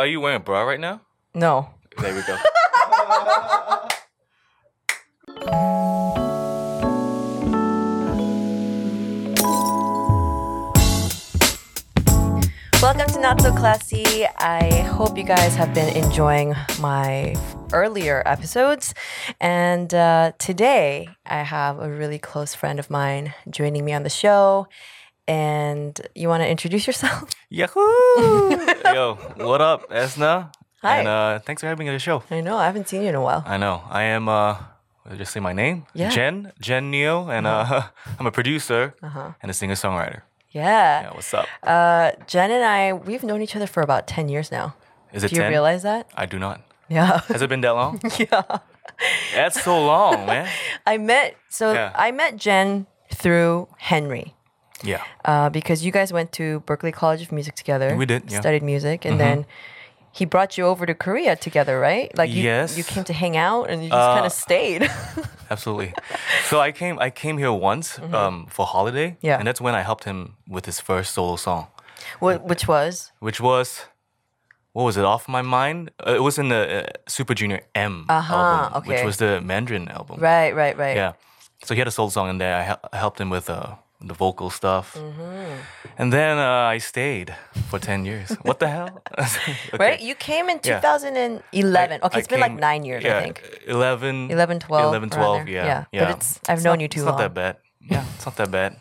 Are Oh, you wearing a bra right now? No. There we go. Welcome to Not So Classy. I hope you guys have been enjoying my earlier episodes. And uh, today I have a really close friend of mine joining me on the show. And you want to introduce yourself? Yahoo! Yo, what up, Esna? Hi. And uh, thanks for having me on the show. I know, I haven't seen you in a while. I know. I am, uh, did I just say my name? Yeah. Jen, Jen Neal, and uh, I'm a producer Uh-huh. and a singer songwriter. Yeah. Yeah, what's up? Uh, Jen and I, we've known each other for about 10 years now. Is it Do you 10? realize that? I do not. Yeah. Has it been that long? yeah. That's so long, man. I met, so Yeah. I met Jen through Henry. Yeah. uh, because you guys went to Berkeley College of Music together. We did, yeah. Mm-hmm. Studied music, and then he brought you over to Korea together, right? Like you, Yes. Uh, you came to hang out, and you just kind of stayed. Absolutely. So I came I came here once um, for holiday. Mm-hmm. Yeah. And that's when I helped him with his first solo song, Wh- Which was which was what was it off my mind? Uh, it was in the uh, Super Junior M album, which Uh-huh, okay. was the Mandarin album. right, right, right. Yeah. So he had a solo song in there. I, hel- I helped him with uh, the vocal stuff. Mm-hmm. And then uh, I stayed for 10 years. what the hell? Okay. Right, you came in Yeah. 2011. I- okay, I it's been like came- nine years, yeah, I think. 11, 11, 12. 11, around 12, there. yeah, yeah. yeah. But it's I've known you too it's long. not that bad. Yeah, it's not that bad.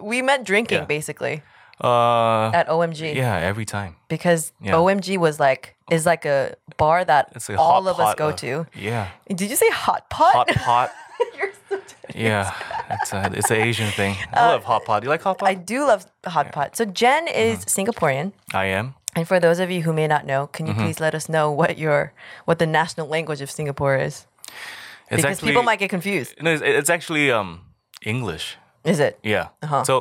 We met drinking Yeah. basically Uh, at OMG yeah, every time. because OMG was like is like a bar that It's like a all hot of us pot go of- to. Yeah, Did you say hot pot? hot pot. You're so Uh, yeah, it's a, it's an Asian thing. I love hot pot. Do you like hot pot? I do love hot pot. So Jen Mm-hmm. is Singaporean, I am. and for those of you who may not know, can you Mm-hmm. please let us know what your what the national language of Singapore is? It's Because people might get confused. No, it's, it's actually um English. Is it? Yeah. Uh-huh. So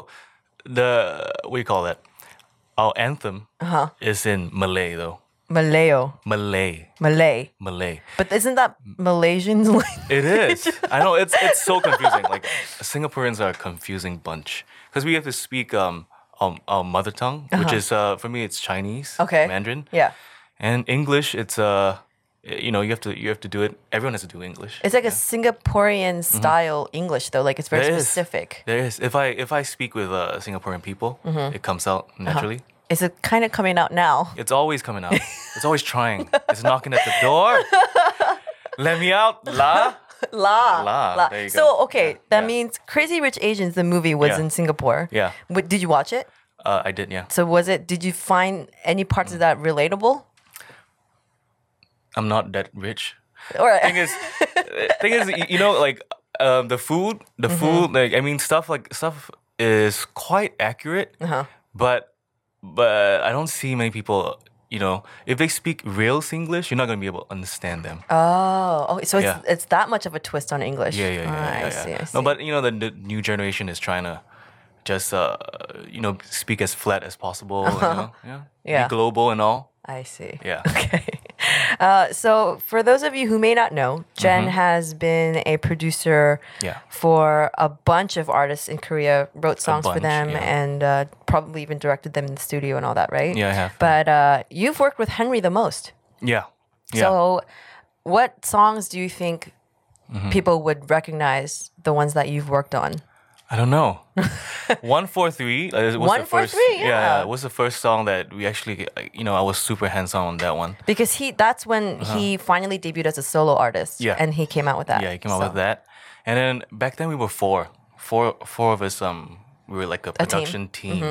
the what do you call that? Our anthem Uh-huh. is in Malay though. Malayo, Malay, Malay. Malay. But isn't that Malaysian's language? Mm. It is. I know it's it's so confusing. Like Singaporeans are a confusing bunch because we have to speak um our, our mother tongue, which is uh for me it's Chinese, Uh-huh. Okay. Mandarin, Yeah. and English. It's uh you know you have to you have to do it. Everyone has to do English. It's like a Singaporean style English though. Like it's very There Mm-hmm. is. specific. there is if I if I speak with uh, Singaporean people, it comes out naturally. Is it kind of coming out now? It's always coming out. it's always trying. It's knocking at the door. Let me out, la. La. La, there you So go. okay, Yeah, that yeah. means Crazy Rich Asians the movie was Yeah. in Singapore. Yeah. What, did you watch it? Uh, I did, yeah. So was it? Did you find any parts of that relatable? I'm not that rich. Or thing is, thing is, y- you know, like um, the food, the Mm-hmm. food, like I mean, stuff like stuff is quite accurate, Uh-huh. but but I don't see many people. You know, if they speak real Singlish, you're not gonna be able to understand them. oh, okay, so it's Yeah. it's that much of a twist on English. yeah, yeah, yeah, Ah, yeah, I yeah. see. I see. No, but you know, the, the new generation is trying to just uh, you know speak as flat as possible. you know? Yeah, Uh-huh. Yeah. Be global and all. I see. Yeah. Okay. Uh, so for those of you who may not know, Jen has been a producer Mm-hmm. Yeah. for a bunch of artists in Korea, wrote songs for bunch, them, yeah. and uh, probably even directed them in the studio and all that, right? Yeah, I have. But uh, you've worked with Henry the most. Yeah. Yeah. So, what songs do you think Mm-hmm. people would recognize the ones that you've worked on? I don't know. One four three. Uh, was One, the four, first, three, yeah. was the first song that we actually, uh, you know, I was super hands on on that one. Because he that's when he finally debuted as a solo artist. Uh-huh. Yeah. And he came out with that. Yeah, he came out So, with that. And then back then we were four, four, four of us. Um, we were like a team. Mm-hmm. production team.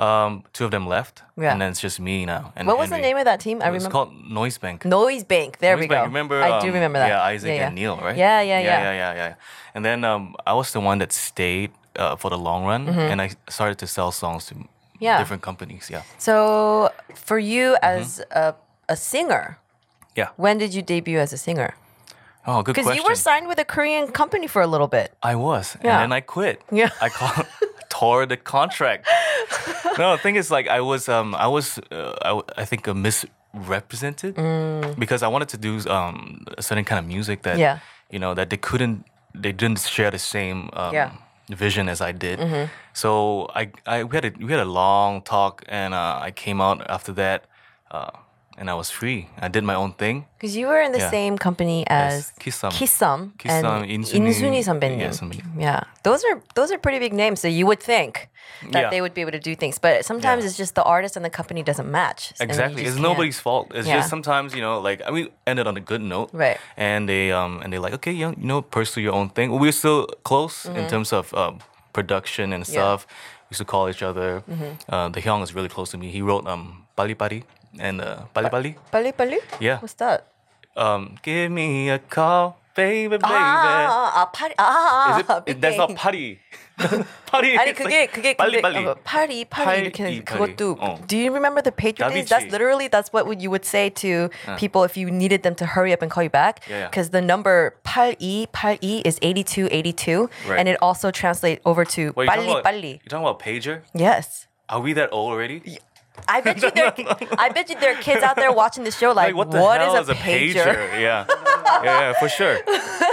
Um, two of them left. Yeah. And then it's just me now. And What was the Henry. name of that team? It I was remember called Noise Bank. Noise Bank. There we Noise go. Bank. Remember? I do um, remember that. Yeah, Isaac and Neil, right? Yeah, yeah, yeah. Yeah, yeah, yeah. yeah. And then um, I was the one that stayed uh, for the long run, and I started to sell songs to Mm-hmm. Yeah. different companies. Yeah. So for you as Mm-hmm. a, a singer, Yeah. when did you debut as a singer? Oh, good Because question. you were signed with a Korean company for a little bit. I was, Yeah. and then I quit. Yeah. I call, tore the contract. no, the thing is, like, I was, um, I was, uh, I, w- I think, uh, misrepresented because I wanted to do um a certain kind of music that, Mm. Yeah. you know, that they couldn't, they didn't share the same, um, Yeah. Mm-hmm. vision as I did. So I, I we had a we had a long talk, and uh, I came out after that, uh, and I was free. I did my own thing. Because you were in the Yeah. same company as Kissam. Kissam, Kissam, and Insuni- Insuni yeah, 선배님. 선배님. Yeah, those are those are pretty big names. So you would think that Yeah. they would be able to do things, but sometimes Yeah. it's just the artist and the company doesn't match. and you Exactly. just It's can't. nobody's fault. It's Yeah. just sometimes, you know, like I mean ended on a good note. Right. And they um and they like, okay, you know, you know, pursue your own thing. We're still close in Mm-hmm. terms of um, production and stuff. We used to call each other. Mm-hmm. Uh, the Hyung is really close to me. He wrote um Bali Bali and uh Bali Bali. Palu Palu? Yeah. What's that? Um give me a call, baby, baby. Ah, 아, 아, 아, 파리. 아, 아, is it, 빅 that's not 게임. party. party. 아니 is 그게 like 그게 빨리 근데 빨리. 어, 파리 파리 이렇게 파리, 그것도 파리. 어. Do you remember the patron days? 다비치. That's literally that's what would you would say to people if you needed them to hurry up and call you back Yeah, yeah. because the number 82 82 is 82 82 Right. and it also translates over to Wait, you're talking 빨리 about- 빨리. You're talking about pager? Yes. Are we that old already? I bet you there I bet you there are kids out there watching this show like, Like, what the hell is a pager? Yeah. yeah, yeah, for sure.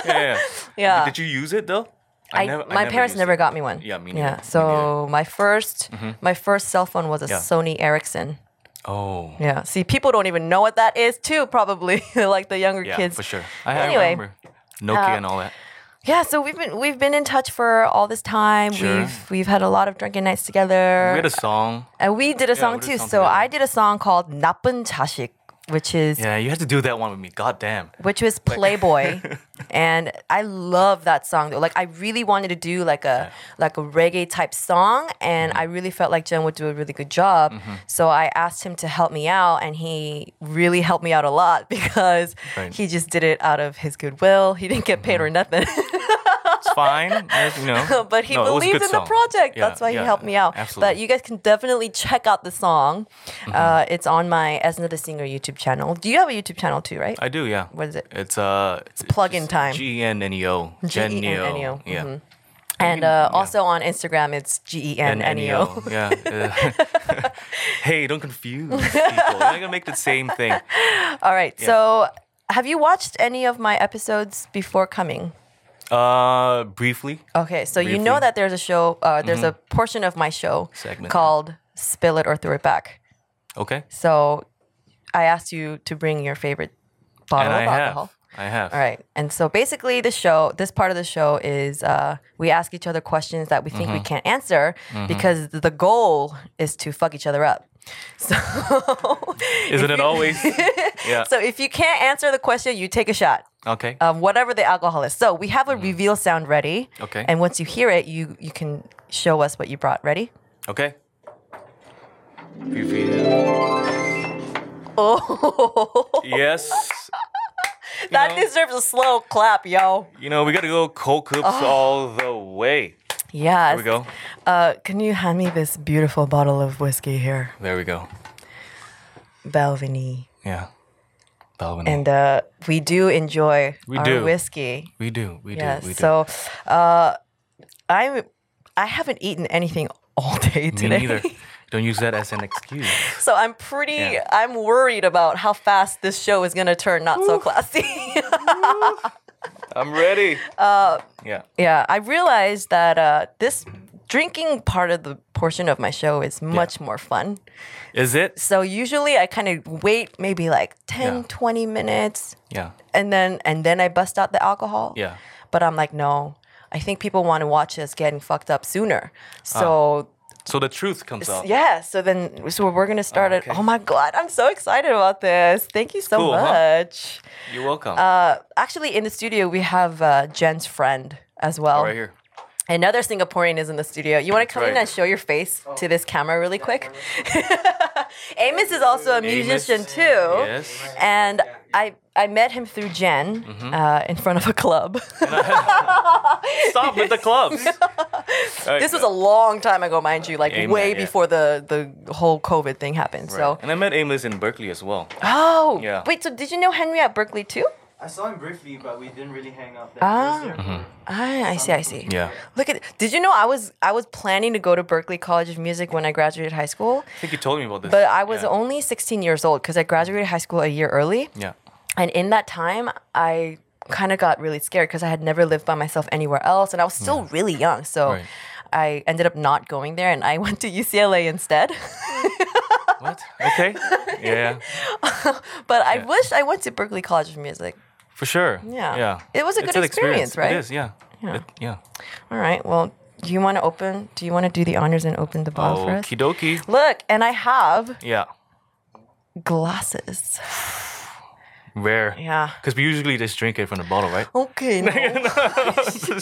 Yeah, yeah. Yeah. Did you use it though? I, never- my parents used never it. got me one. Yeah, me neither. Yeah. Me So my 1st my first cell phone was a Yeah. Sony Ericsson. Oh. Yeah. See, people don't even know what that is, too, probably, like the younger Yeah, kids. for sure. I, Anyway, Uh, I remember Nokia and all that. Yeah, so we've been we've been in touch for all this time. Sure. We've we've had a lot of drunken nights We together. had a song. and we did a song we did too. a song so together. I did a song called 나쁜 자식, which is Yeah, you had to do that one with me. God damn. which was Playboy. and I love that song though. Like I really wanted to do like a like a reggae type song and Mm-hmm. I really felt like Jen would do a really good job. So I asked him to help me out and he really helped me out a lot because Right. he just did it out of his goodwill. He didn't get paid or nothing. It's fine. It's, you know. but he No, it was a believed good in the song. project. Yeah, That's why yeah, he helped me out. Absolutely. Mm-hmm. But you guys can definitely check out the song. Uh, it's on my As Another Singer YouTube channel. Do you have a YouTube channel too, right? I do, yeah. What is it? It's uh it's plug-in time. G E N N E O. G-E-N-N-E-O, E Yeah. And E uh, also on Instagram, it's G E N and N E O. Yeah. uh, hey, don't confuse people. You're not gonna make the same thing. All right. So, have you watched any of my episodes before coming? Uh, briefly. Okay, so you Briefly. Mm-hmm. know that there's a show, uh, there's a portion of my show Segment. called "Spill It or Throw It Back." Okay. So, I asked you to bring your favorite bottle And I of alcohol. have. I have. All right. And so basically, the show, this part of the show is uh, we ask each other questions that we think Mm-hmm. we can't answer because the goal is to fuck each other up. So, Isn't it always? yeah. so if you can't answer the question, you take a shot. okay. Um, whatever the alcohol is. So we have a reveal sound ready. Mm. Okay. And once you hear it, you you can show us what you brought. Ready? okay. Briefly. Oh, Yes. that know- deserves a slow clap, yo. You know we gotta go cold cups all the way. Oh. Yes. There we go. Uh, can you hand me this beautiful bottle of whiskey here, There we go. Balvenie? Yeah. Balvin. and uh, we do enjoy We our do. whiskey. we do. We do. Yes. we do. So uh, I'm I haven't eaten anything all Me day today. neither. Don't use that as an excuse. So I'm pretty Yeah. I'm worried about how fast this show is gonna turn not so classy. I'm ready. Uh. Yeah. yeah, I realized that uh, this drinking part of the portion of my show is much more fun. Is it? So usually I kind of wait maybe like 10 Yeah. 20 minutes Yeah. and then and then I bust out the alcohol. Yeah. But I'm like, no. I think people want to watch us getting fucked up sooner. Ah, So So the truth comes out. yeah. So then, so we're gonna start it. Ah, okay. Oh my god, I'm so excited about this. Thank you so Cool, huh? much. You're welcome. Uh, actually, in the studio we have uh, Jen's friend as well. Oh, right here. Another Singaporean is in the studio. You want to come in right. and show your face to this camera really quick? Amos is also a musician too. Yes. And I, I met him through Jen Mm-hmm. uh, in front of a club. Stop with the clubs. Alright, this was a long time ago, mind you, like Amen, way yeah. before the, the whole COVID thing happened. So and I met Aimless in Berkeley as well. Oh, Yeah. wait, so did you know Henry at Berkeley too? I saw him briefly, but we didn't really hang out. That Ah. he was there. Mm-hmm. Ah, I see, I see. Yeah. Look at did you know I was I was planning to go to Berkeley College of Music when I graduated high school, I think you told me about this. but I was yeah. only 16 years old cuz I graduated high school a year early. Yeah. And in that time, I kind of got really scared because I had never lived by myself anywhere else, and I was still really young. So Right. I ended up not going there, and I went to UCLA instead. What? Okay. Yeah, but I wish I went to Berkeley College of Music. for sure. Yeah. Yeah. It was a It's good an experience, right? It is. Yeah. Yeah. It- yeah. All right. Well, do you want to open? Do you want to do the honors and open the bottle for us? Okie dokie. Look, and I have Yeah. glasses. Rare. Yeah. Because we usually just drink it from the bottle, right? Okay. no.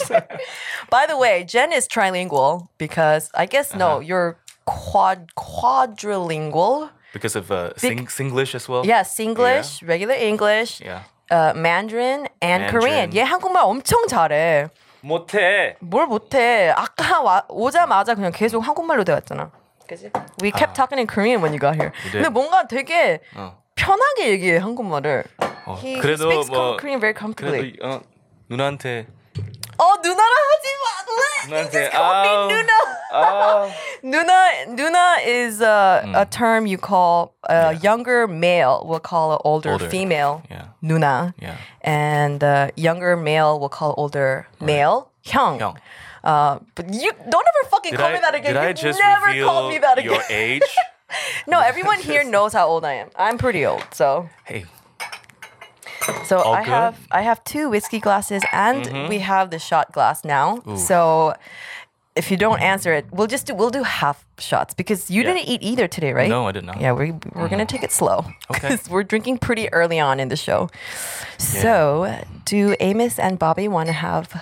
By the way, Jen is trilingual because I guess Uh-huh. no, you're quad quadrilingual. because of uh, sing- Singlish as well. Yeah, Singlish, regular English, Yeah. uh, Mandarin, and Mandarin. Korean. 얘 한국말 엄청 잘해. 못해. 뭘 못해? 아까 와, 오자마자 그냥 계속 한국말로 대화했잖아. 그지? We kept talking in Korean when you got here. did. 근데 뭔가 되게 아. 어. 편하게 얘기해 한국말을. 어, He, he 그래도 speaks 뭐- Korean very comfortably. 그래도 어, 누나한테 어 누나라 하지 마. 왜? You 누나한테 just call me 아우, 누나. 아우. Nuna, Nuna is uh, a Mm. term you call a younger male will call an older, Older. female Yeah. Nuna, Yeah. and uh, younger male will call older male Hyung. Hyung. Uh, but you don't ever fucking Did call I, me that again. did I You've just never reveal called me that again. your age? no, everyone here knows how old I am. I'm pretty old, so hey, so I good? Mm-hmm. have I have two whiskey glasses and we have the shot glass now. So if you don't answer it, we'll just do we'll do half shots because you Yeah. didn't eat either today, right? No, I did not. Yeah, we we're gonna take it slow Okay. because we're drinking pretty early on in the show. So do Amos and Bobby want to have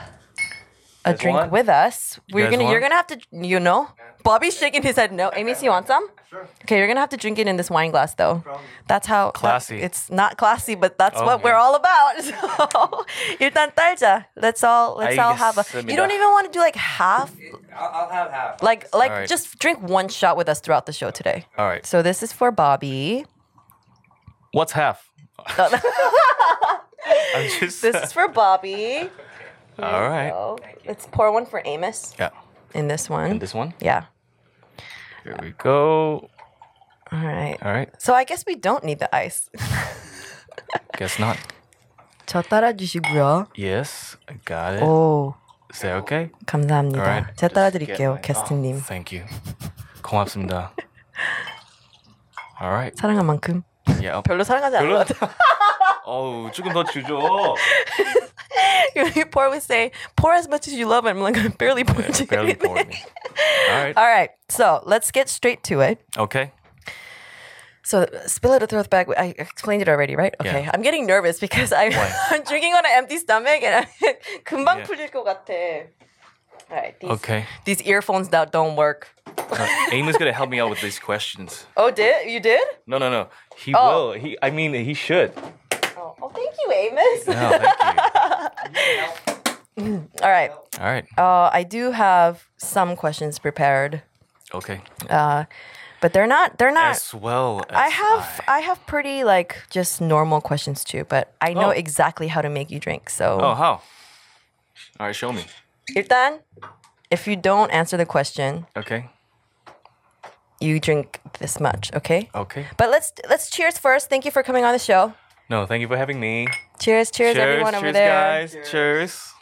a guys drink want? with us? We're guys gonna you're want? gonna have to you know. Bobby's shaking his head no. Amos, you want some? Sure. Okay, you're gonna have to drink it in this wine glass, though. problem. That's how Classy. That's, it's not classy, but that's what Okay. we're all about. So, 일단 딸자. Let's all let's all have a. 알겠습니다. You don't even want to do like half, I'll, I'll have half. like like Alright. just drink one shot with us throughout the show today. all right. So this is for Bobby. What's half? I'm just. This is for Bobby. all right. So let's pour one for Amos Yeah. in this one. And this one. yeah. Here we go. All right. All right. So I guess we don't need the ice. Guess not. 저 따라주시고요. Yes, I got it. 오, Is that okay? Oh, 감사합니다. Alright. 제가 Just 따라드릴게요, get my- 캐스트님. Thank you. 고맙습니다. All right. 사랑한 만큼. Yeah. 별로 사랑하지 않은 것 별로. 같아. 어우 조금 더 주죠. you pour would say, pour as much as you love. I'm like, I barely poured you Barely anything." poured me. All right. All right, so let's get straight to it. Okay. So, spill it or throw it back. I explained it already, right? Okay. I'm getting nervous because I'm, Why? I'm drinking on an empty stomach and I'm 금방 Yeah. 풀릴 것 같아. All right. These, Okay. These earphones now don't work. Uh, Amy's gonna help me out with these questions. Oh, did you did? No, no, no. He Oh. will. He. I mean, he should. Oh, oh thank you, Amos. No, thank you. All right. All right. Uh, I do have some questions prepared, Okay. but they're not. They're not. As well. As I have I have pretty like just normal questions too, but I know Oh. exactly how to make you drink. So Oh, how? All right. Show me. 일단 if you don't answer the question, Okay. you drink this much, okay? Okay. But let's let's cheers first. Thank you for coming on the show. No, thank you for having me. Cheers, cheers, cheers, everyone cheers, over there. guys. Cheers.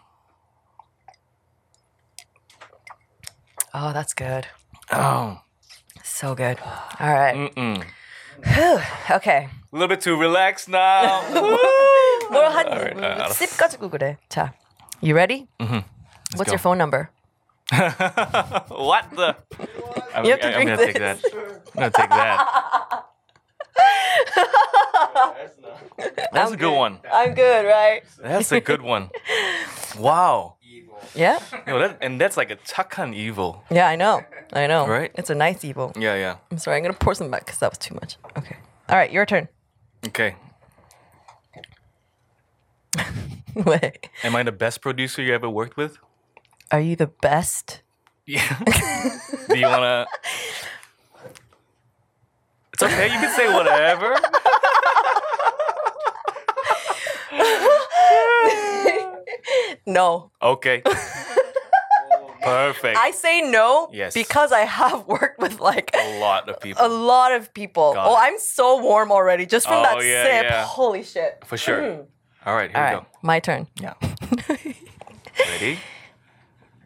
Oh, that's good. Oh, So good. All right. mm-mm. Okay. A little bit too relaxed now. 뭘한 right, 알았어. sip 가지고 그래. 자. You ready? go. What's your phone number? what the? I'm, You have to I- I'm drink gonna take this. that. I'm gonna take that. That's not. That's a good one. I'm good, right? That's a good one. Wow. Evil. Yeah. No, that, and that's like a takan evil. Yeah, I know. I know. Right? It's a nice evil. Yeah, yeah. I'm sorry. I'm gonna pour some back because that was too much. Okay. All right, your turn. Okay. Wait. Am I the best producer you ever worked with? Are you the best? Yeah. Do you wanna? It's okay. You can say whatever. No. Okay. Perfect. I say no Yes. because I have worked with like a lot of people. a lot of people. Got oh, it. I'm so warm already just from Oh, that yeah, sip. yeah. Holy shit. For sure. All right, here Mm. All we right, my turn. go. Yeah. Ready?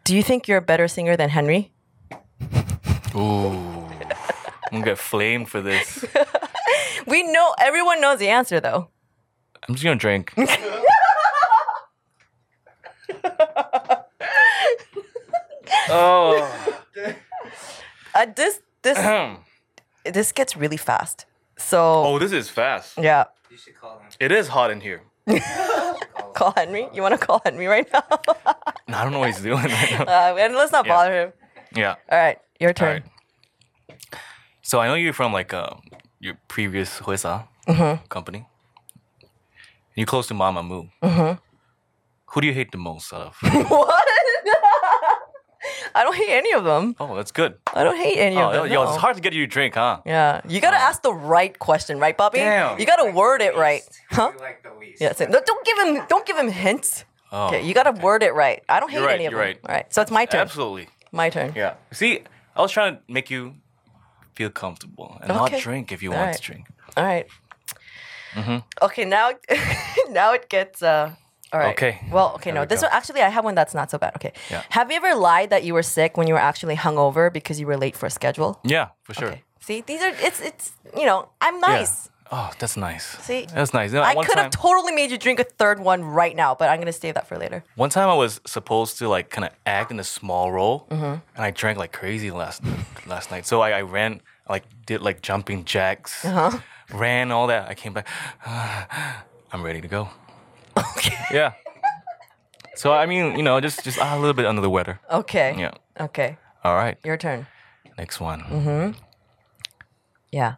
Do you think you're a better singer than Henry? Ooh. I'm gonna get flamed for this. We know everyone knows the answer though. I'm just gonna drink. oh. Uh, this this this gets really fast. So Uh-huh. Hmm. oh, this is fast. yeah, You should call him. It is hot in here. call Henry. You want to call Henry right now? uh, No, I don't know what he's doing right now. and let's not Yeah. bother him. Yeah. All right, your All turn. right. So I know you're from like um, your previous Huesa Mm-hmm. company. You're close to Mama Moo. Mm-hmm. Who do you hate the most out of? What? I don't hate any of them. oh, that's good. I don't hate any Oh, of them. yo, no. it's hard to get you a drink, huh? Yeah, you gotta ask the right question, right, Bobby? Damn. You gotta word it right, huh? You like the least. Yeah, same. No, don't give him. Don't give him hints. Oh, Okay, you gotta word it right. I don't hate You're right, any of you're them. right. All right, so it's my turn. absolutely. My turn. Yeah. See, I was trying to make you feel comfortable and Okay. not drink if you All want right. to drink. All right. Mm-hmm. Okay, now now it gets uh all right. Okay. Well, okay, There no. we This go. one actually I have one that's not so bad. Okay. Yeah. Have you ever lied that you were sick when you were actually hungover because you were late for a schedule? Yeah, for sure. Okay. See, these are it's it's you know, I'm Yeah. nice. Oh, that's nice. See? that's nice. You know, I one could time, have totally made you drink a third one right now, but I'm gonna save that for later. One time I was supposed to like kind of act in a small role, Mm-hmm. and I drank like crazy last last night. So I, I ran, like did like jumping jacks, Uh-huh. ran all that. I came back. I'm ready to go. Okay. Yeah. so I mean, you know, just just ah, a little bit under the weather. Okay. Yeah. Okay. All right. Your turn. Next one. Mm-hmm. Yeah.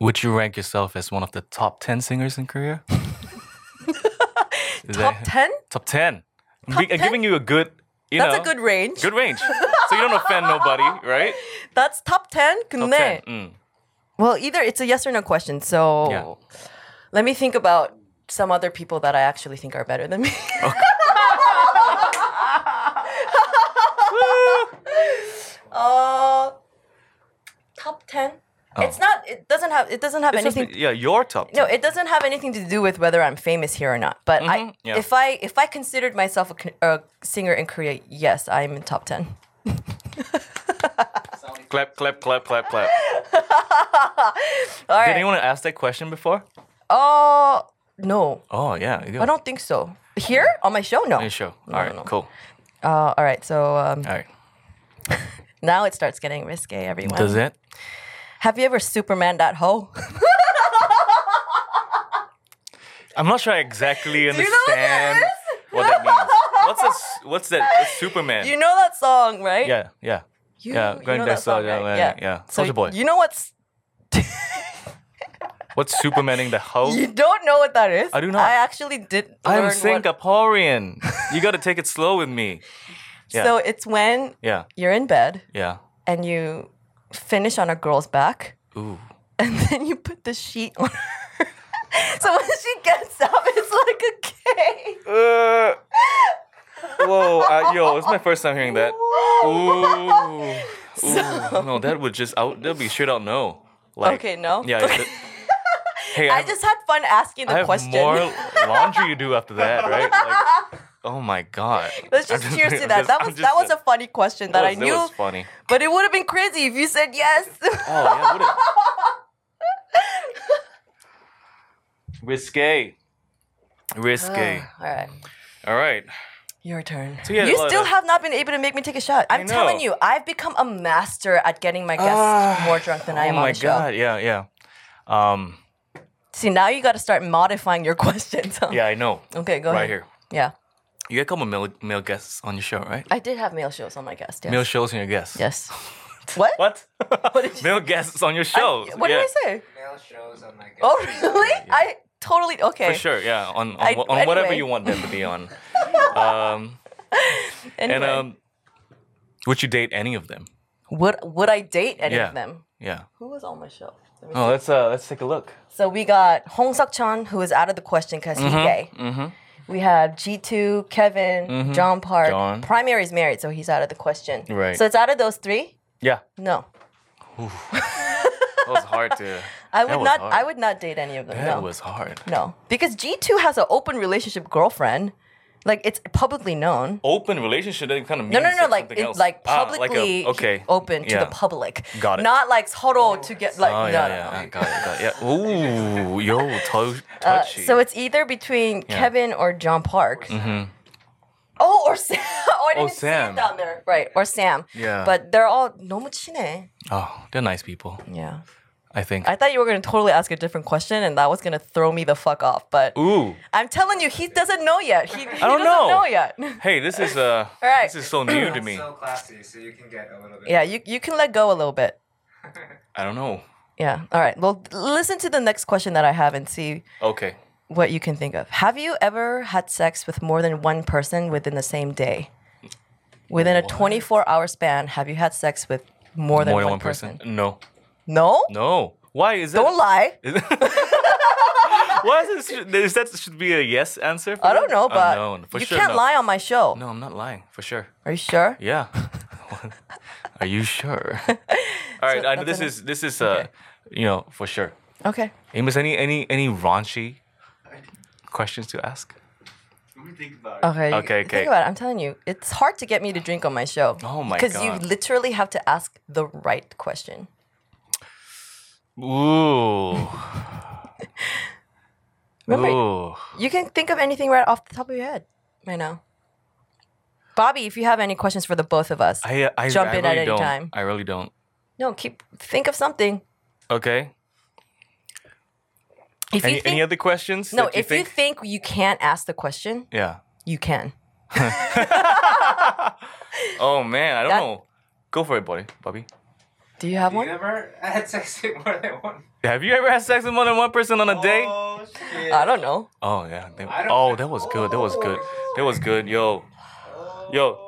Would you rank yourself as one of the top ten singers in Korea? Is Top that- ten? Top ten. I'm gi- I'm giving you a good. You That's know, a good range. Good range. so you don't offend nobody, right? That's top ten. Top 근데 10. Mm. Well, either it's a yes or no question. So let me think about some other people that I actually think are better than me. uh, top ten. It's not. It doesn't have. It doesn't have Oh. It's just- anything. yeah, your top 10. no, it doesn't have anything to do with whether I'm famous here or not. But I, Mhm, yeah. if I if I considered myself a, con- a singer in Korea, yes, I'm in top ten. clap, clap, clap, clap, clap. All Did right. anyone ask that question before? Oh no, Oh, yeah. You I don't think so. Here on my show, no. Nice show. No, All right, no, no. cool. Uh, all right, so um, All right. now it starts getting risque, everyone. Does it? Have you ever Superman that hoe? I'm not sure I exactly you know what that understand what that, means. What's a, s- what's that? It's Superman. you know that song, right? yeah, yeah. you, yeah, you Grand know Theft that song, Auto, yeah, right? yeah, yeah. So Soulja Boy. You know what's? What's Supermaning the hoe? You don't know what that is. I do not. I actually did. I'm learn what- Singaporean. you got to take it slow with me. Yeah. So it's when yeah, you're in bed yeah. and you finish on a girl's back, Ooh. and then you put the sheet on her. so when she gets up, it's like a cake. Uh, whoa, uh, yo, it's my first time hearing that. Ooh. Ooh. no, that would just out. That'd be straight out no. Like, Okay, no? Yeah. yeah, that- hey, I, I have- just had fun asking the I have question. more laundry to do after that, right? Like, oh my god. Let's I'm just cheers to I'm that. just- that I'm was just- that was a funny question that, was- I knew, was funny. but it would have been crazy if you said yes. Oh yeah, would it? Risque. Risque. All right, All right. your turn. So yeah, you well, still that- have not been able to make me take a shot. I'm know. telling you, I've become a master at getting my guests more drunk than I Oh am on my the show. god. Yeah, yeah. Um. See, now you got to start modifying your questions. huh? Yeah, I know. Okay, go Right ahead. here. Yeah, You had a couple male, male guests on your show, right? I did have male shows on my guest. Yes. Male shows on your guests. Yes. what? What? did you- male guests on your shows. What yeah. did I say? Male shows on my Oh, really? I totally okay. For sure, yeah. On on, I- wha- on whatever anyway. you want them to be on. um, Anyway, and um, would you date any of them? would would I date any Yeah. of them? Yeah. Who was on my show? Let me Oh, let's uh, let's take a look. So we got Hong Suk Chan, who is out of the question because he's Mm-hmm, gay. We have G2, Kevin, John Park. Mm-hmm. John. Primary is married, so he's out of the question. Right. So it's out of those three? Yeah. No. That was hard to. I would was not. hard. I would not date any of them. That no. was hard. No, because G two has an open relationship girlfriend, like it's publicly known. Open relationship that kind of No, means no, no, that like something it, else. like Ah, like a- publicly okay. open to the Yeah. public. Got it. Not like 서로 to get like Oh no, yeah, no, yeah, no. I got it, got it. Yeah. Ooh, yo, to- Uh, touchy. so it's either between Kevin or John Park. Oh, or Sam. Oh, I didn't see it Mm-hmm. Sam. down there. Right, or Sam. Yeah. But they're all 너무 친해. oh, they're nice people. Yeah. I think. I thought you were gonna totally ask a different question, and that was gonna throw me the fuck off. But Ooh. I'm telling you, he doesn't know yet. He, he don't doesn't know. know yet. Hey, this is uh, All right. this is so new to That's me. so classy, so you can get a little bit. yeah, you you can let go a little bit. I don't know. Yeah. All right. Well, listen to the next question that I have and see Okay. what you can think of. Have you ever had sex with more than one person within the same day? Within a 24 hour span, have you had sex with more than, More one, person? No. No? No. Why is that? Don't lie. Why is this? Is that should be a yes answer? for I don't that? know, Uh, but no, for you sure, can't no. lie on my show. No, I'm not lying for sure. Are you sure? Yeah. Are you sure? All right. I, that's this an- is this is uh, you know, for sure. Okay. Amos, any any any raunchy questions to ask? Let me think about it. Okay. you- Okay, okay. Think about it. I'm telling you, it's hard to get me to drink on my show. Oh my Because you God. literally have to ask the right question. Ooh. Remember, Ooh. You can think of anything right off the top of your head right now. Bobby, if you have any questions for the both of us, I I, jump I in really at any don't. time. I really don't. No, keep think of something. Okay. If Any you any think, other questions? no, that you if you think you can't ask the question, yeah. you can. Oh man, I don't That- know. Go for it, buddy, Bobby. Do you have You one? ever had sex with more than one? Have you ever had sex with more than one person on a date? Oh shit! I don't know. Oh yeah. They- I don't- oh, that was good. That was good. That was good. Yo, yo.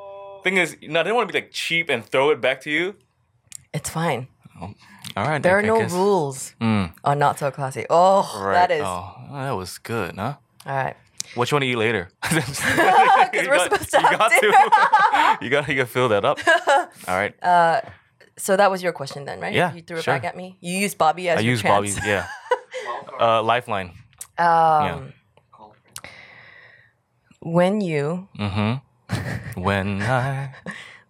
Thing is, no, they don't want to be like cheap and throw it back to you. It's fine. All right. There I- are I no guess. Hmm. rules on not so classy. Oh, that is all Oh, that was good, huh? right. What you want to eat later? Because we're supposed to You have got to. you got to fill that up. All right. Uh, So that was your question then, right? Yeah, You threw it sure. back at me. You used Bobby as I your use chance. Bobby's. Yeah. Uh, lifeline. Um, Girlfriend. When you Mm-hmm. When I.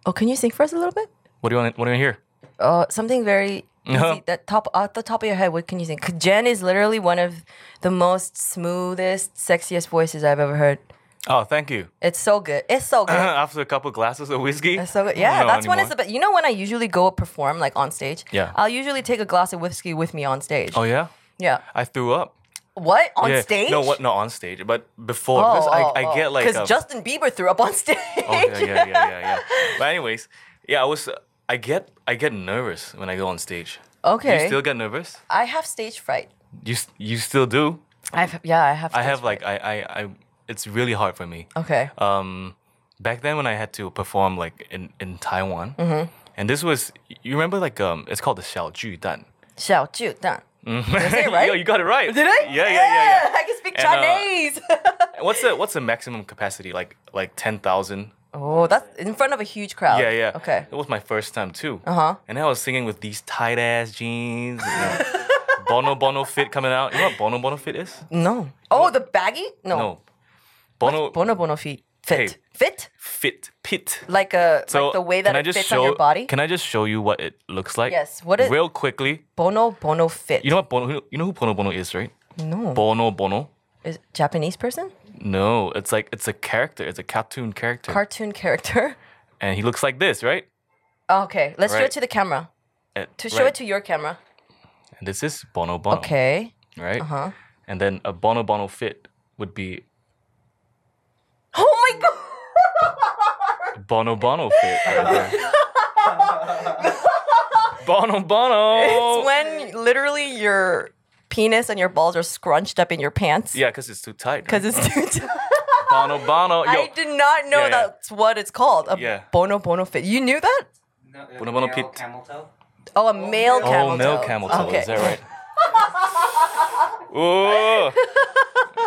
oh, can you sing for us a little bit? What do you want? What do you want to hear? Uh, something very Uh-huh. easy, that top off the top of your head. What can you think? 'Cause Jen is literally one of the most smoothest, sexiest voices I've ever heard. Oh, thank you. It's so good. It's so good. After a couple glasses of whiskey. It's so I good. don't Yeah, know that's when it's anymore. the best. You know when I usually go perform like on stage. Yeah. I'll usually take a glass of whiskey with me on stage. Oh yeah. yeah. I threw up. What on Yeah. stage? Oh, No, what? Not on stage, but before. because I, I get like. because um, Justin Bieber threw up on stage. Oh yeah, yeah, yeah, yeah, yeah. but anyways, yeah, I was. uh, I get I get nervous when I go on stage. Okay. You still get nervous? I have stage fright. You s- you still do? I've yeah, I have. I stage have like fright. I, I I it's really hard for me. okay. Um, back then when I had to perform like in in Taiwan, Mm-hmm. and this was you remember like um it's called the Xiao Ju Dan. Xiao Ju Dan. Did I say it right? Yo, you got it right. Did I? Yeah, yeah, yeah, I can speak And, uh, Chinese. yeah. What's the what's the maximum capacity? Like like ten thousand. Oh, that's in front of a huge crowd. Yeah, yeah. Uh, Okay. Uh-huh. It was my first time too. Uh huh. And I was singing with these tight ass jeans. You know, Bono Bono fit coming out. You know what Bono Bono fit is? No. Oh, the baggy? No. No. Bono Bono Bono feet. Fit. Hey. Fit? fit pit. Like a So like the way can that I it just fits show, on your body? Can I just show you what it looks like? Yes, what it- Real quickly. Bono Bono fit. You know what Bono? You know who Bono Bono is, right? no. Bono Bono. Is Japanese person? No, it's like it's a character. It's a cartoon character, Cartoon character. and he looks like this, right? Okay, let's show it Right. to the camera. And- To show right. Oh. it to your camera. And this is Bono Bono. Okay. Right. Uh-huh. And then a Bono Bono fit would be Oh my god. Bono Bono fit. right there. Bono Bono. it's when literally your penis and your balls are scrunched up in your pants yeah, because it's too tight. because it's too tight. Bono Bono. Yo, I did not know Yeah, yeah. that's what it's called. A Yeah. bono bono fit. You knew that? No, uh, Bono Bono male Pete. Camel toe. Oh, a male Oh, camel oh, male toe. camel toe. Okay. Is that right? Ooh. Well,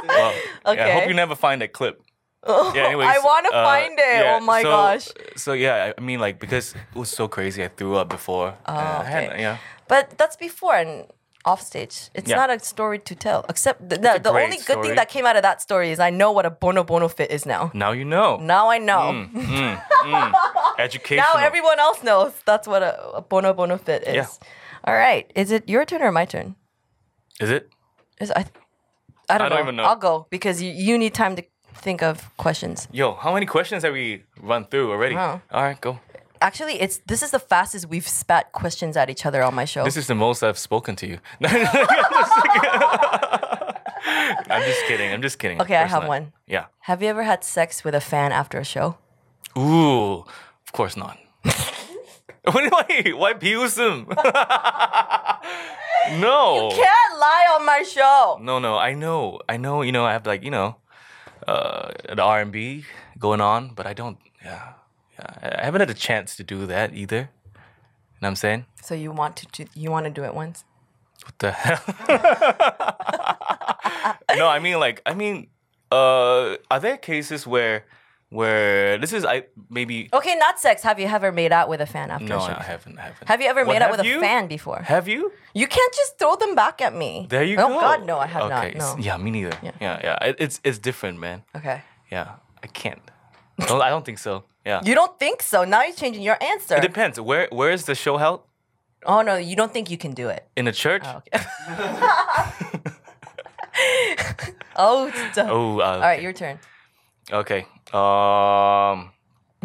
yeah, I Okay. Oh, hope you never find that clip. Yeah, anyways, I want to uh, find it. yeah, oh my so- gosh. So yeah, I- I mean, like because it was so crazy, I threw up before. Oh, okay. yeah. But that's before and off stage. It's Yeah. not a story to tell. Except the, the, the great only good story. thing that came out of that story is I know what a bono bono fit is now. Now you know. Now I know. Mm, mm, mm. Educational. Now everyone else knows that's what a, a bono bono fit is. Yeah. All right. Is it your turn or my turn? Is it? Is I, I don't, I don't even know. I'll go because you, you need time to think of questions. Yo, how many questions have we run through already? Wow. All right, go. Actually, it's this is the fastest we've spat questions at each other on my show. This is the most I've spoken to you. I'm just kidding. I'm just kidding. of Okay, I course have not. one. Yeah. Have you ever had sex with a fan after a show? Ooh, of course not. what am I? Why Piusum? no. Can't lie on my show. No, no. I know. I know. You know. I have like you know, uh, the R and B going on, but I don't. Yeah, yeah. I- I haven't had a chance to do that either. You know what I'm saying? So you want to do, you want to do it once? What the hell? no, I mean like I mean, uh, are there cases where where this is I maybe Okay, not sex. Have you ever made out with a fan after no a show? I haven't I haven't. Have you ever What, made out have with you? a fan before? Have you? You can't just throw them back at me. There you oh, go. Oh God, no, I have okay. not. it's- No. Yeah, me neither. Yeah, yeah. It, it's it's different, man. Okay. Yeah, I can't. Don't, I don't think so. Yeah. You don't think so? Now you're changing your answer. it depends. Where where is the show held? oh no, you don't think you can do it. In a church? Oh, okay. oh, 진짜. Oh, uh, All right, your turn. Okay. Um.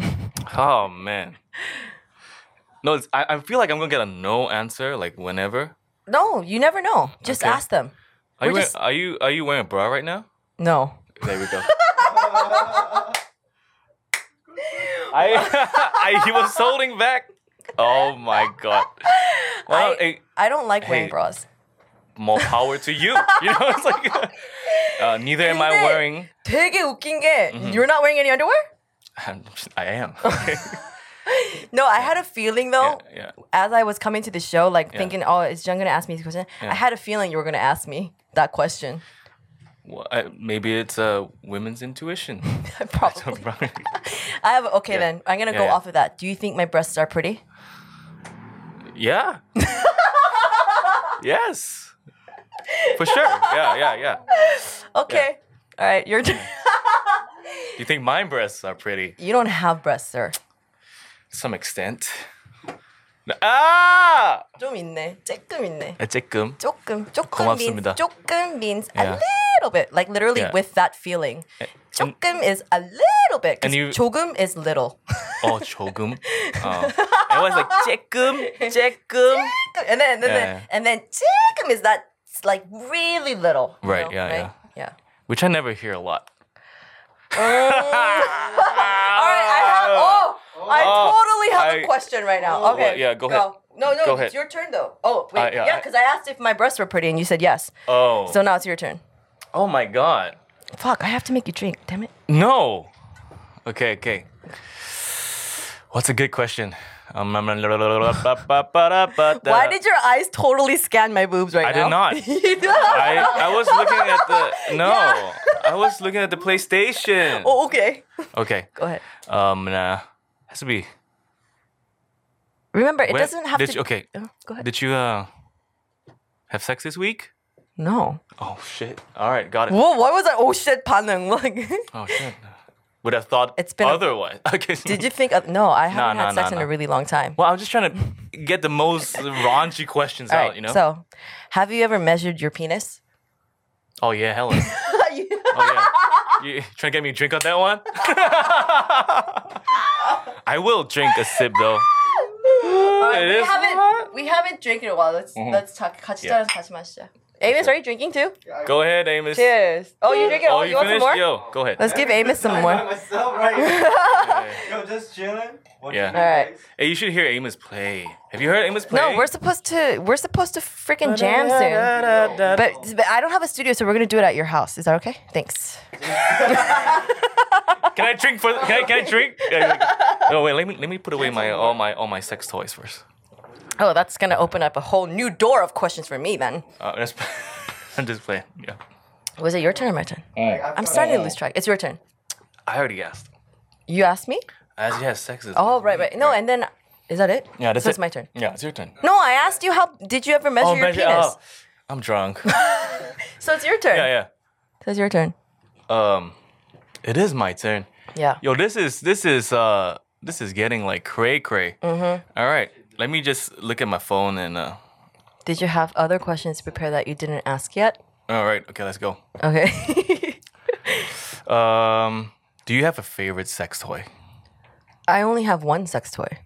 oh man. No, it's, I, I feel like I'm gonna get a no answer like whenever. No, you never know. Just Okay. ask them. Are you, We're wearing, just- are you are you wearing a bra right now? No. There we go. I, I he was holding back. Oh my god. Well, I- hey, I don't like wearing Hey, bras. more power to you. You know, it's like uh, neither am I 근데- wearing. 되게 웃긴 게 Mm-hmm. you're not wearing any underwear? I'm just- I am. No, I had a feeling though. yeah. As I was coming to the show, like thinking, oh, is Jung gonna ask me this question? I had a feeling you were gonna ask me that question. Well, I, maybe it's uh, women's intuition. Probably. I have okay then. I'm gonna Yeah, go yeah. off of that. Do you think my breasts are pretty? Yeah. yes. For sure. Yeah, yeah, yeah. Okay. All right, you're You think my breasts are pretty you don't have breasts, sir. to some extent? Ah! 좀 있네. 조금 있네. 아, 조금. 조금 조금 means 고맙습니다. 조금 means a Yeah. little bit. Like literally Yeah. with that feeling. and- 조금 is a little bit. 'cause And you- 조금 is little. Oh, 조금. Oh. I was like, 조금, 조금. and then and then Yeah. and then 조금 is that it's like really little. you Right, know, yeah, right? Yeah. Which I never hear a lot. All right, I have. Oh, I Oh, totally have a I- question right now. Okay, Well, yeah, go ahead. No, no, Go it's ahead. your turn though. Oh, wait, Uh, yeah, yeah, I- because I asked if my breasts were pretty, and you said yes. Oh. So now it's your turn. oh my god. Fuck, I have to make you drink. Damn it. No. Okay, okay. What's a good question? Um, Why Why did your eyes totally scan my boobs right I did now? not. did not. I, I was looking at the no. I was looking at the PlayStation. oh, okay. Okay. Go ahead. Um. Nah. Has to be. Remember, it When- doesn't have did to. you- okay. Oh, go ahead. Did you uh have sex this week? no. Oh shit. All right. Got it. Whoa, what was that? Oh shit, 반응. Like, Oh shit. Would have thought It's been a- otherwise. okay. did you think? Of, no, I haven't no, had sex no, in a no. really long time. Well, I was just trying to get the most raunchy questions All out. right, You know. So, have you ever measured your penis? oh yeah, Helen. Oh yeah. You trying to get me a drink on that one? I will drink a sip though. It we is Mm-hmm. haven't we haven't drank in a while. Let's let's talk. 같이 Yeah. 따라서 같이 마시자. Amos, are you drinking too? Go ahead, Amos. Cheers. Oh, you drinking? Oh, you, want some finished? more? Yo, go ahead. Let's give Amos some I'm by more. myself right here. Yo, just chilling. watching Yeah. you Alright. guys. Hey, you should hear Amos play. Have you heard Amos play? No, we're supposed to we're supposed to freaking jam soon. But, but I don't have a studio, so we're gonna do it at your house. Is that okay? Thanks. can I drink for? Can I, can I drink? no, Oh, wait. Let me let me put away my all my all my sex toys first. Oh, that's gonna open up a whole new door of questions for me then. Uh, that's, I'm just playing. Yeah. Was it your turn or my turn? Like, I've I'm got- starting to lose track. It's your turn. I already asked. You asked me? As you have sex. is- Oh right, right. No, and then is that it? Yeah, that's so it. it's my turn. Yeah, it's your turn. No, I asked you how did you ever measure your measure- penis? oh. I'm drunk. So it's your turn. yeah, So it's your turn. yeah. Um, it is my turn. Yeah. Yo, this is this is uh this is getting like cray cray. Mm-hmm. right, let me just look at my phone and uh. Did you have other questions prepared that you didn't ask yet? All right, okay, let's go. Okay. Um, do you have a favorite sex toy? I only have one sex toy.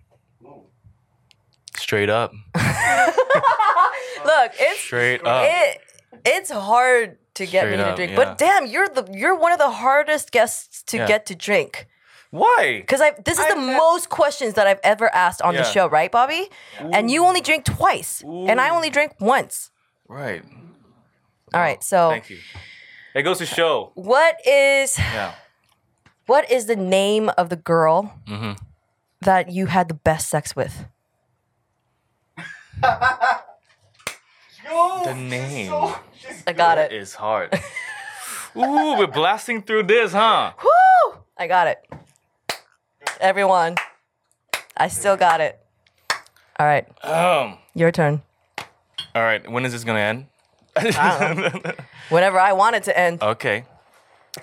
Straight up, Look, it's straight up. it, it's hard to get Straight me to up, drink. yeah. But damn, you're the you're one of the hardest guests to Yeah. get to drink. Why? Because I this is the most questions that I've ever asked on the Yeah. show, right, Bobby? And you only drink twice, and I only drink once. Right. All right, so Thank you. It goes to show. what is Yeah. what is the name of the girl Mm-hmm. that you had the best sex with? Yo, The she's name. so- she's I got That it. is hard. Ooh, we're blasting through this, huh? Woo! I got it. Everyone, I still got it. All right, Um. your turn. All right. When is this gonna end? Whenever I want it to end. okay.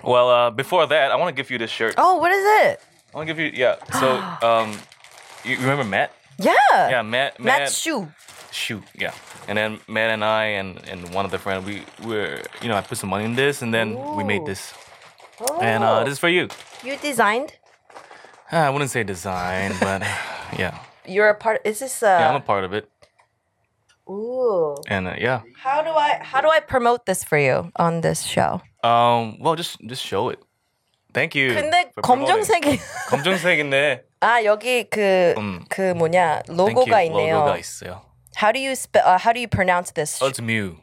Well, uh, before that, I want to give you this shirt. Oh, what is it? I want to give you. Yeah. So, um, you you remember Matt? Yeah. Yeah, Matt. Matt. Matt Shu. shoot, yeah. And then Matt and I and, and one of the friends, we were, you know, I put some money in this and then we made Ooh. Oh. this. And uh, this is for you. you designed. Ah, I wouldn't say design, but yeah. You're a part. Is this? Uh, Yeah, I'm a part of it. ooh. And uh, yeah. How do I? How do I promote this for you on this show? Um, well, just just show it. Thank you. 근데 검정색이. 검정색인데. 아 여기 그그 뭐냐 Thank you. 로고가 있네요. Logo가 있어요. How do you spe- uh, How do you pronounce this? Oh, it's Mew.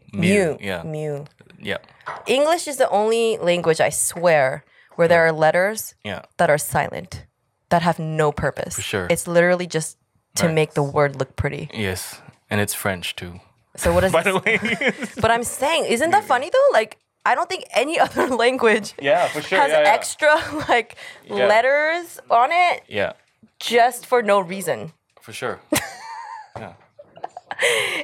Mew. Mew. Yeah. Mew. Yeah. English is the only language I swear where there are letters Yeah. that are silent, that have no purpose. For sure. It's literally just to Right. make the word look pretty. Yes. And it's French too. So what is By this? the way. But I'm saying, isn't that funny though? Like, I don't think any other language yeah, for sure. has yeah, yeah. extra like letters on it yeah. just for no reason. For sure.